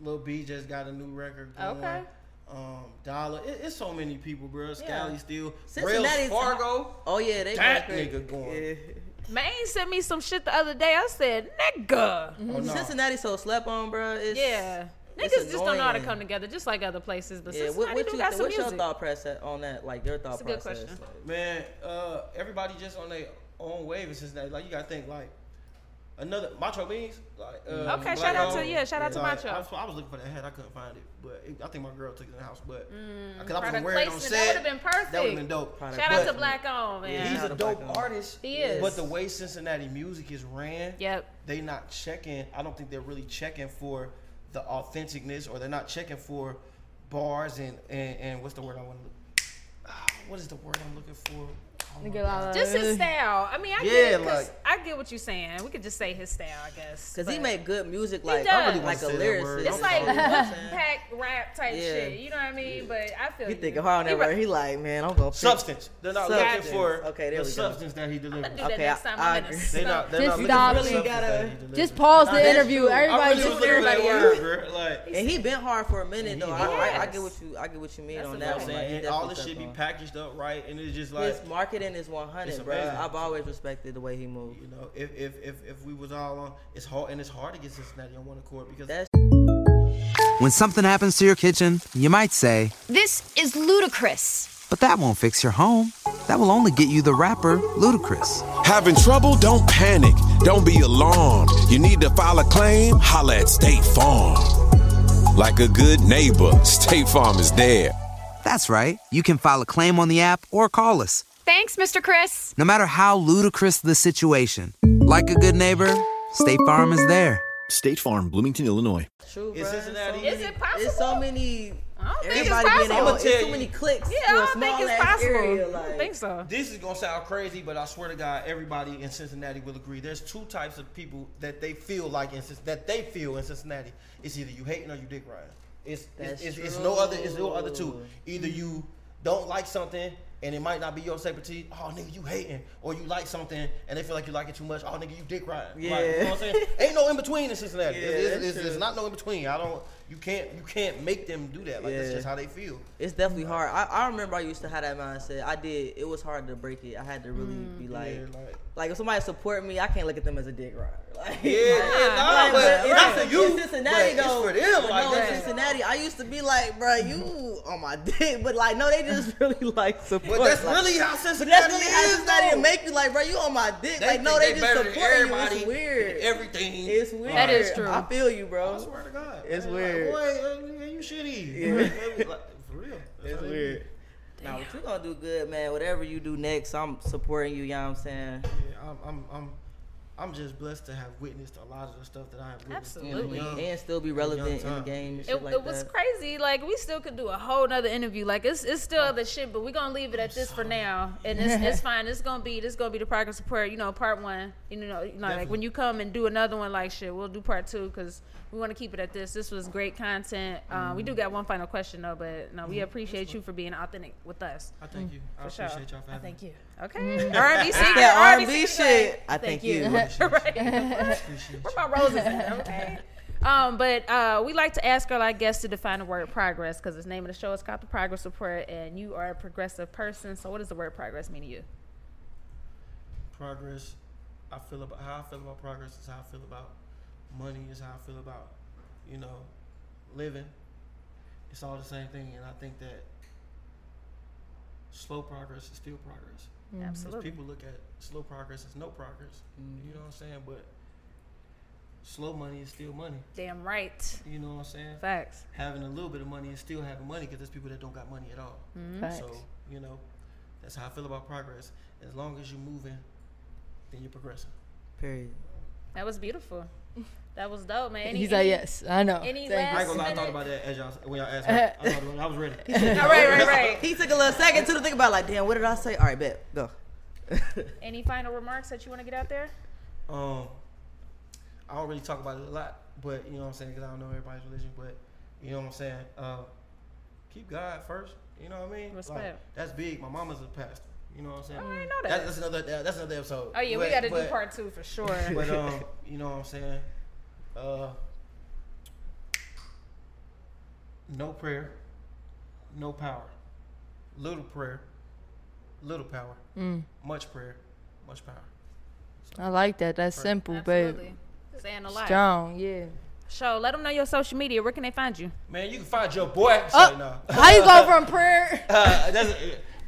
[SPEAKER 4] Lil B just got a new record. Going.
[SPEAKER 6] Okay.
[SPEAKER 4] Um, Dollar. It, it's so many people, bro.
[SPEAKER 6] Yeah.
[SPEAKER 4] Scally Steel.
[SPEAKER 6] Cincinnati's
[SPEAKER 4] Rails Fargo.
[SPEAKER 6] Oh yeah, they
[SPEAKER 4] that
[SPEAKER 6] going
[SPEAKER 4] nigga going.
[SPEAKER 5] Man sent me some shit the other day. I said, nigga.
[SPEAKER 6] Oh, no. Cincinnati so slept on, bro. It's,
[SPEAKER 5] yeah. Niggas
[SPEAKER 6] it's
[SPEAKER 5] just don't know how to
[SPEAKER 6] annoying.
[SPEAKER 5] come together, just like other places. But
[SPEAKER 6] Yeah,
[SPEAKER 5] Cincinnati
[SPEAKER 6] what, what
[SPEAKER 5] do
[SPEAKER 6] you,
[SPEAKER 5] got
[SPEAKER 6] th-
[SPEAKER 5] some
[SPEAKER 6] what's your
[SPEAKER 5] music.
[SPEAKER 6] thought process on that? Like your thought
[SPEAKER 5] It's a good
[SPEAKER 6] process.
[SPEAKER 5] question.
[SPEAKER 4] Man, uh, everybody just on their own wave in Cincinnati. Like you gotta think like another Macho Beans. Like uh,
[SPEAKER 5] Okay,
[SPEAKER 4] Black
[SPEAKER 5] shout out to-
[SPEAKER 4] Owned.
[SPEAKER 5] yeah, shout out to
[SPEAKER 4] Like,
[SPEAKER 5] Macho.
[SPEAKER 4] I was, I was looking for that hat, I couldn't find it, but it, I think my girl took it in the house. But
[SPEAKER 5] Mm,
[SPEAKER 4] because I was gonna
[SPEAKER 5] product
[SPEAKER 4] wear it on
[SPEAKER 5] placement.
[SPEAKER 4] set,
[SPEAKER 5] That would've been perfect.
[SPEAKER 4] That would have been dope.
[SPEAKER 5] Shout out
[SPEAKER 4] But
[SPEAKER 5] to Black Owned, man.
[SPEAKER 4] He's a dope artist.
[SPEAKER 5] He is.
[SPEAKER 4] But the way Cincinnati music is ran,
[SPEAKER 5] Yep.
[SPEAKER 4] they not checking. I don't think they're really checking for the authenticness, or they're not checking for bars and and, and what's the word I want to look. Ah, What is the word I'm looking for? Oh my God.
[SPEAKER 5] Just
[SPEAKER 6] Uh,
[SPEAKER 5] his style. I mean, I
[SPEAKER 4] Yeah,
[SPEAKER 5] get it 'cause
[SPEAKER 4] like-
[SPEAKER 5] I get what you're saying. We could just say his style, I guess.
[SPEAKER 6] Cause he
[SPEAKER 5] but-
[SPEAKER 6] make good music,
[SPEAKER 5] He
[SPEAKER 6] like
[SPEAKER 5] does. I really
[SPEAKER 6] like
[SPEAKER 5] wanna say
[SPEAKER 6] a
[SPEAKER 5] that
[SPEAKER 6] lyricist.
[SPEAKER 5] word. It's like pack rap type
[SPEAKER 6] Yeah.
[SPEAKER 5] shit. You know what I mean? But I feel
[SPEAKER 6] he
[SPEAKER 5] you.
[SPEAKER 6] thinking hard on
[SPEAKER 5] He
[SPEAKER 6] that
[SPEAKER 5] ra-
[SPEAKER 6] word. He like, man, I'm gonna fix-
[SPEAKER 4] Substance. They're not
[SPEAKER 6] Substance.
[SPEAKER 4] looking for
[SPEAKER 6] okay, there
[SPEAKER 4] the
[SPEAKER 6] we go.
[SPEAKER 4] substance that he delivers.
[SPEAKER 5] do that Okay, next I- time I'm I in a agree.
[SPEAKER 4] They're not, they're
[SPEAKER 7] Just
[SPEAKER 4] not looking
[SPEAKER 7] stop.
[SPEAKER 4] for the
[SPEAKER 7] Really
[SPEAKER 4] substance
[SPEAKER 7] gotta-
[SPEAKER 4] that he delivers.
[SPEAKER 7] Just pause
[SPEAKER 6] Nah,
[SPEAKER 7] the
[SPEAKER 6] that's
[SPEAKER 7] interview.
[SPEAKER 6] true. I
[SPEAKER 7] Everybody
[SPEAKER 6] really
[SPEAKER 7] just
[SPEAKER 6] was looking for that
[SPEAKER 7] everybody
[SPEAKER 6] word.
[SPEAKER 7] out.
[SPEAKER 4] Word, bro. Like,
[SPEAKER 6] And he been hard for a minute
[SPEAKER 4] He
[SPEAKER 6] though.
[SPEAKER 4] is.
[SPEAKER 6] I, I, I
[SPEAKER 4] Yes.
[SPEAKER 6] get what you I get what you mean on
[SPEAKER 4] You know
[SPEAKER 6] that
[SPEAKER 4] what I'm
[SPEAKER 6] one.
[SPEAKER 4] saying?
[SPEAKER 6] Like, he
[SPEAKER 4] And all
[SPEAKER 6] definitely
[SPEAKER 4] this shit be
[SPEAKER 6] stepped on.
[SPEAKER 4] packaged up right, and it's just like
[SPEAKER 6] his marketing is
[SPEAKER 4] It's
[SPEAKER 6] 100, bro.
[SPEAKER 4] amazing.
[SPEAKER 6] I've always respected the way he moved.
[SPEAKER 4] You know, if if if, if we was all on, it's hard and it's hard to get Cincinnati on one accord because
[SPEAKER 10] When something happens to your kitchen, you might say,
[SPEAKER 11] This is ludicrous.
[SPEAKER 10] but that won't fix your home. That will only get you the rapper, Ludacris.
[SPEAKER 12] Having trouble? Don't panic. Don't be alarmed. You need to file a claim? Holla at State Farm. Like a good neighbor, State Farm is there.
[SPEAKER 10] That's right. You can file a claim on the app or call us.
[SPEAKER 11] Thanks, Mr. Chris.
[SPEAKER 10] No matter how ludicrous the situation, like a good neighbor, State Farm is there.
[SPEAKER 1] State Farm, Bloomington, Illinois.
[SPEAKER 6] True,
[SPEAKER 4] Is
[SPEAKER 6] bro.
[SPEAKER 4] Cincinnati-
[SPEAKER 6] It's
[SPEAKER 4] Is
[SPEAKER 6] so, possible? It's so many.
[SPEAKER 5] I don't think it's
[SPEAKER 6] everybody being
[SPEAKER 5] possible.
[SPEAKER 6] on.
[SPEAKER 5] I'ma
[SPEAKER 6] It's
[SPEAKER 4] tell
[SPEAKER 6] too
[SPEAKER 4] you.
[SPEAKER 6] many clicks.
[SPEAKER 5] Yeah,
[SPEAKER 6] to
[SPEAKER 5] I
[SPEAKER 6] a
[SPEAKER 5] don't think it's
[SPEAKER 6] small-ass
[SPEAKER 5] possible.
[SPEAKER 6] area,
[SPEAKER 5] I don't
[SPEAKER 6] like-
[SPEAKER 5] think so.
[SPEAKER 4] This is gonna sound crazy, but I swear to God, everybody in Cincinnati will agree. There's two types of people that they feel like in Cin- that they feel in Cincinnati. It's either you hating or you dick riding. It's
[SPEAKER 6] That's
[SPEAKER 4] it's, it's, it's no other. It's no other two. Either you don't like something and it might not be your type of tea. Oh nigga, you hating, or you like something and they feel like you like it too much. Oh nigga, you dick riding. Like, you know
[SPEAKER 6] Yeah.
[SPEAKER 4] what I'm saying? Ain't no in between in Cincinnati.
[SPEAKER 6] Yeah,
[SPEAKER 4] it's,
[SPEAKER 6] that's
[SPEAKER 4] it's, it's, it's
[SPEAKER 6] true.
[SPEAKER 4] not no in between. I don't. You can't. You can't make them do that. Like that's
[SPEAKER 6] Yeah.
[SPEAKER 4] just how they feel.
[SPEAKER 6] It's definitely hard. I, I remember I used to have that mindset. I did. It was hard to break it. I had to really
[SPEAKER 5] Mm.
[SPEAKER 6] be like,
[SPEAKER 4] Yeah,
[SPEAKER 6] like,
[SPEAKER 4] like-
[SPEAKER 6] if somebody support me, I can't look at them as a dick rider. Like,
[SPEAKER 4] Yeah, yeah, nah, but
[SPEAKER 6] in
[SPEAKER 4] not
[SPEAKER 6] Cin-
[SPEAKER 4] for you,
[SPEAKER 6] in Cincinnati
[SPEAKER 4] but it's
[SPEAKER 6] though.
[SPEAKER 4] for them,
[SPEAKER 6] but
[SPEAKER 4] like,
[SPEAKER 6] no,
[SPEAKER 4] that's-
[SPEAKER 6] in Cincinnati, I used to be like, bro, you on my dick, but like, no, they just really like support.
[SPEAKER 4] that's
[SPEAKER 6] like-
[SPEAKER 4] really how
[SPEAKER 6] But
[SPEAKER 4] Cincinnati
[SPEAKER 6] that's really how
[SPEAKER 4] is,
[SPEAKER 6] Cincinnati
[SPEAKER 4] though.
[SPEAKER 6] make you like, bro, you on my dick.
[SPEAKER 4] They
[SPEAKER 6] like, no,
[SPEAKER 4] think they
[SPEAKER 6] they, just
[SPEAKER 4] better than
[SPEAKER 6] support you.
[SPEAKER 4] everybody,
[SPEAKER 6] It's weird.
[SPEAKER 4] everything.
[SPEAKER 6] It's weird.
[SPEAKER 4] That is
[SPEAKER 5] true.
[SPEAKER 6] I feel you, bro.
[SPEAKER 4] I swear to God.
[SPEAKER 6] It's
[SPEAKER 4] man,
[SPEAKER 6] weird.
[SPEAKER 4] Like, boy, uh, nigga, you shitty.
[SPEAKER 6] Yeah.
[SPEAKER 4] Like, for real. That's
[SPEAKER 6] It's
[SPEAKER 4] how they
[SPEAKER 6] weird. Now, what you gonna do good, man? Whatever you do next, I'm supporting you. You know what I'm saying?
[SPEAKER 4] be. Yeah, I'm, I'm, I'm, I'm just blessed to have witnessed a lot of the stuff that I have witnessed. uh, in a
[SPEAKER 5] Absolutely.
[SPEAKER 4] young-
[SPEAKER 6] And still be
[SPEAKER 4] young
[SPEAKER 6] relevant in the
[SPEAKER 4] time.
[SPEAKER 6] game. And shit
[SPEAKER 5] It,
[SPEAKER 6] like
[SPEAKER 5] it was
[SPEAKER 6] that.
[SPEAKER 5] crazy. Like we still could do a whole nother interview. Like it's it's still other shit, but we're gonna leave it at this for now. And it's, it's fine. It's gonna be this gonna be the progress report. You know, part one. You know, like
[SPEAKER 4] Definitely.
[SPEAKER 5] when you come and do another one, like shit, we'll do part two because we want to keep it at this. This was great content. Uh,
[SPEAKER 6] Mm.
[SPEAKER 5] we do got one final question though, but no,
[SPEAKER 6] Mm-hmm.
[SPEAKER 5] we appreciate you for being authentic with us.
[SPEAKER 4] I thank you. I
[SPEAKER 5] For sure.
[SPEAKER 4] appreciate y'all for
[SPEAKER 5] I
[SPEAKER 4] having me.
[SPEAKER 5] thank you. Okay. R&B
[SPEAKER 6] It's
[SPEAKER 5] singer.
[SPEAKER 6] that
[SPEAKER 5] R&B
[SPEAKER 6] R&B
[SPEAKER 5] singer, like,
[SPEAKER 6] shit. I thank you.
[SPEAKER 5] right. Where my roses at? Okay. Um, but uh, we like to ask our like guests to define the word progress because the name of the show is called the Progress Report, and you are a progressive person. So, what does the word progress mean to you?
[SPEAKER 4] progress. I feel about how I feel about progress is how I feel about money is how I feel about you know living. It's all the same thing, and I think that slow progress is still progress. 'Cause
[SPEAKER 5] Absolutely.
[SPEAKER 4] people look at slow progress as no progress. You know what I'm saying? But slow money is still money.
[SPEAKER 5] Damn right.
[SPEAKER 4] You know what I'm saying?
[SPEAKER 5] Facts.
[SPEAKER 4] Having a little bit of money and still having money because there's people that don't got money at all.
[SPEAKER 5] Mm-hmm.
[SPEAKER 7] Facts.
[SPEAKER 4] So you know, that's how I feel about progress. As long as you're moving, then you're progressing.
[SPEAKER 6] Period.
[SPEAKER 5] That was beautiful. That was dope, man.
[SPEAKER 7] He's like, "Yes, I know.
[SPEAKER 5] Any
[SPEAKER 7] Thank
[SPEAKER 5] last
[SPEAKER 4] I ain't gonna lie, I
[SPEAKER 5] minute-
[SPEAKER 4] thought about that as y'all when y'all asked me. I, thought about it. I was ready.
[SPEAKER 6] right, right, right. He took a little second too to think about. Like, damn, what did I say? All right, bet go.
[SPEAKER 5] Any final remarks that you want to get out there?
[SPEAKER 4] Um, I don't really talk about it a lot, but you know what I'm saying because I don't know everybody's religion. But you know what I'm saying. Uh, keep God first. You know what I mean? Like,
[SPEAKER 5] Respect.
[SPEAKER 4] that's big. My mama's a pastor. You know what I'm saying?
[SPEAKER 5] Oh, I didn't know that.
[SPEAKER 4] That's, that's another. that- That's another episode.
[SPEAKER 5] Oh yeah, we
[SPEAKER 4] But-
[SPEAKER 5] got to do
[SPEAKER 4] but-
[SPEAKER 5] part two for sure.
[SPEAKER 4] But um, you know what I'm saying? Uh, no prayer, no power. Little prayer, little power.
[SPEAKER 7] Mm.
[SPEAKER 4] Much prayer, much power.
[SPEAKER 7] I like that. That's
[SPEAKER 4] Right.
[SPEAKER 7] simple, babe.
[SPEAKER 5] Absolutely. Saying a lot.
[SPEAKER 7] Strong, yeah.
[SPEAKER 5] So let them know your social media. Where can they find you?
[SPEAKER 4] Man, you can find your boy.
[SPEAKER 7] Oh,
[SPEAKER 4] Sorry, no.
[SPEAKER 7] how you go from prayer?
[SPEAKER 4] Uh, that's,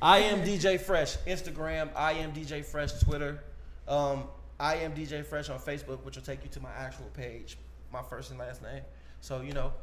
[SPEAKER 4] I am DJ Fresh. Instagram, I am DJ Fresh. Twitter, um, I am DJ Fresh on Facebook, which will take you to my actual page, my first and last name. So you know,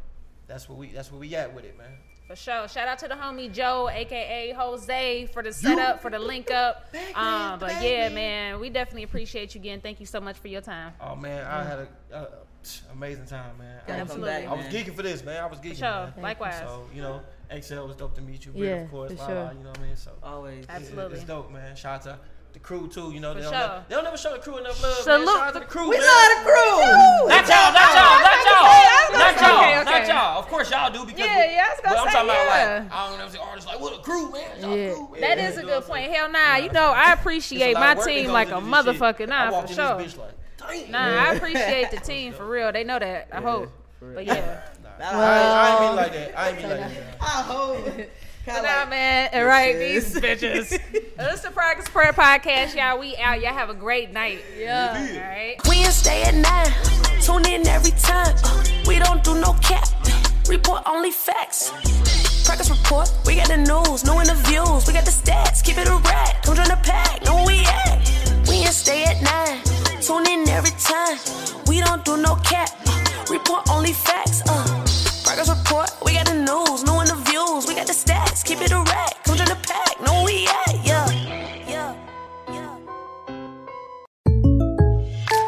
[SPEAKER 4] that's where we that's where we at with it, man.
[SPEAKER 5] For sure. Shout out to the homie Joe, aka Jose, for the setup, for the link up. Um, but yeah, man, we definitely appreciate you again. Thank you so much for your time.
[SPEAKER 4] Oh man, I had a uh, psh, amazing time, man. I
[SPEAKER 5] Gotta
[SPEAKER 4] was-
[SPEAKER 5] come back,
[SPEAKER 4] I was
[SPEAKER 5] man.
[SPEAKER 4] geeking for this, man. I was geeking. man.
[SPEAKER 5] sure. Likewise.
[SPEAKER 4] So you know, XL was dope to meet you.
[SPEAKER 5] Yeah,
[SPEAKER 4] Yeah, of course.
[SPEAKER 5] for
[SPEAKER 4] la,
[SPEAKER 5] sure.
[SPEAKER 4] la, you know what I mean? So
[SPEAKER 6] always,
[SPEAKER 5] Absolutely.
[SPEAKER 4] it's dope, man. Shout out to the crew too. You know,
[SPEAKER 5] For
[SPEAKER 4] they, don't
[SPEAKER 5] sure.
[SPEAKER 4] never, they don't never show the crew enough love. Man.
[SPEAKER 5] Salute.
[SPEAKER 4] Shout out to the crew.
[SPEAKER 5] We
[SPEAKER 4] man.
[SPEAKER 5] love the crew. No.
[SPEAKER 4] Not y'all, not y'all, not
[SPEAKER 5] I was about to
[SPEAKER 4] y'all,
[SPEAKER 5] say,
[SPEAKER 4] not
[SPEAKER 5] I was gonna
[SPEAKER 4] y'all,
[SPEAKER 5] say, okay,
[SPEAKER 4] not
[SPEAKER 5] okay.
[SPEAKER 4] y'all. Of course y'all do because
[SPEAKER 5] Yeah,
[SPEAKER 4] we-
[SPEAKER 5] yeah, I was gonna
[SPEAKER 4] but I'm
[SPEAKER 5] say,
[SPEAKER 4] talking
[SPEAKER 5] yeah.
[SPEAKER 4] about like I don't know, see artists like what a crew, man. Y'all crew, man.
[SPEAKER 5] That is a good point. Hell nah, you know I appreciate
[SPEAKER 4] lot
[SPEAKER 5] my
[SPEAKER 4] of work that
[SPEAKER 5] team
[SPEAKER 4] goes
[SPEAKER 5] like a
[SPEAKER 4] into this shit.
[SPEAKER 5] motherfucker.
[SPEAKER 4] I
[SPEAKER 5] Nah,
[SPEAKER 4] walked
[SPEAKER 5] for
[SPEAKER 4] in
[SPEAKER 5] sure.
[SPEAKER 4] this bitch like,
[SPEAKER 5] Nah, I appreciate the team for real. They know that. I hope. But yeah.
[SPEAKER 4] I,
[SPEAKER 5] Um,
[SPEAKER 4] I ain't mean like that. I ain't mean like that.
[SPEAKER 6] I hope.
[SPEAKER 5] But nah, man. All right,
[SPEAKER 6] bitches.
[SPEAKER 5] these bitches. This is the Progress Prayer Podcast, y'all. We out. Y'all have a great night. Yeah. All right.
[SPEAKER 2] Wednesday at nine. Tune in every time. Uh, we don't do no cap. Report only facts. Crackers report. We got the news, new interviews. We got the stats. Keep it a rat. Come join the pack. Know where we at. Wednesday at nine. Tune in every time. We don't do no cap. Uh, report only facts. Uh, Crackers report. We got the news, new interviews. We got the stats. Keep it a rat. Come join the pack. Know where we at. Yeah. Yeah.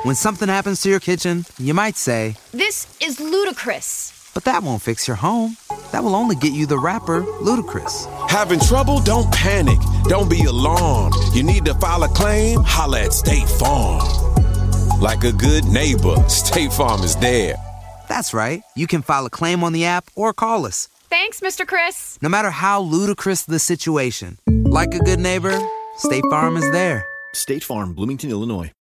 [SPEAKER 10] When something happens to your kitchen, you might say,
[SPEAKER 11] This is ludicrous.
[SPEAKER 10] but that won't fix your home. That will only get you the rapper, Ludacris.
[SPEAKER 12] Having trouble? Don't panic. Don't be alarmed. You need to file a claim? Holla at State Farm. Like a good neighbor, State Farm is there.
[SPEAKER 10] That's right. You can file a claim on the app or call us.
[SPEAKER 11] Thanks, Mr. Chris.
[SPEAKER 10] No matter how ludicrous the situation, like a good neighbor, State Farm is there.
[SPEAKER 1] State Farm, Bloomington, Illinois.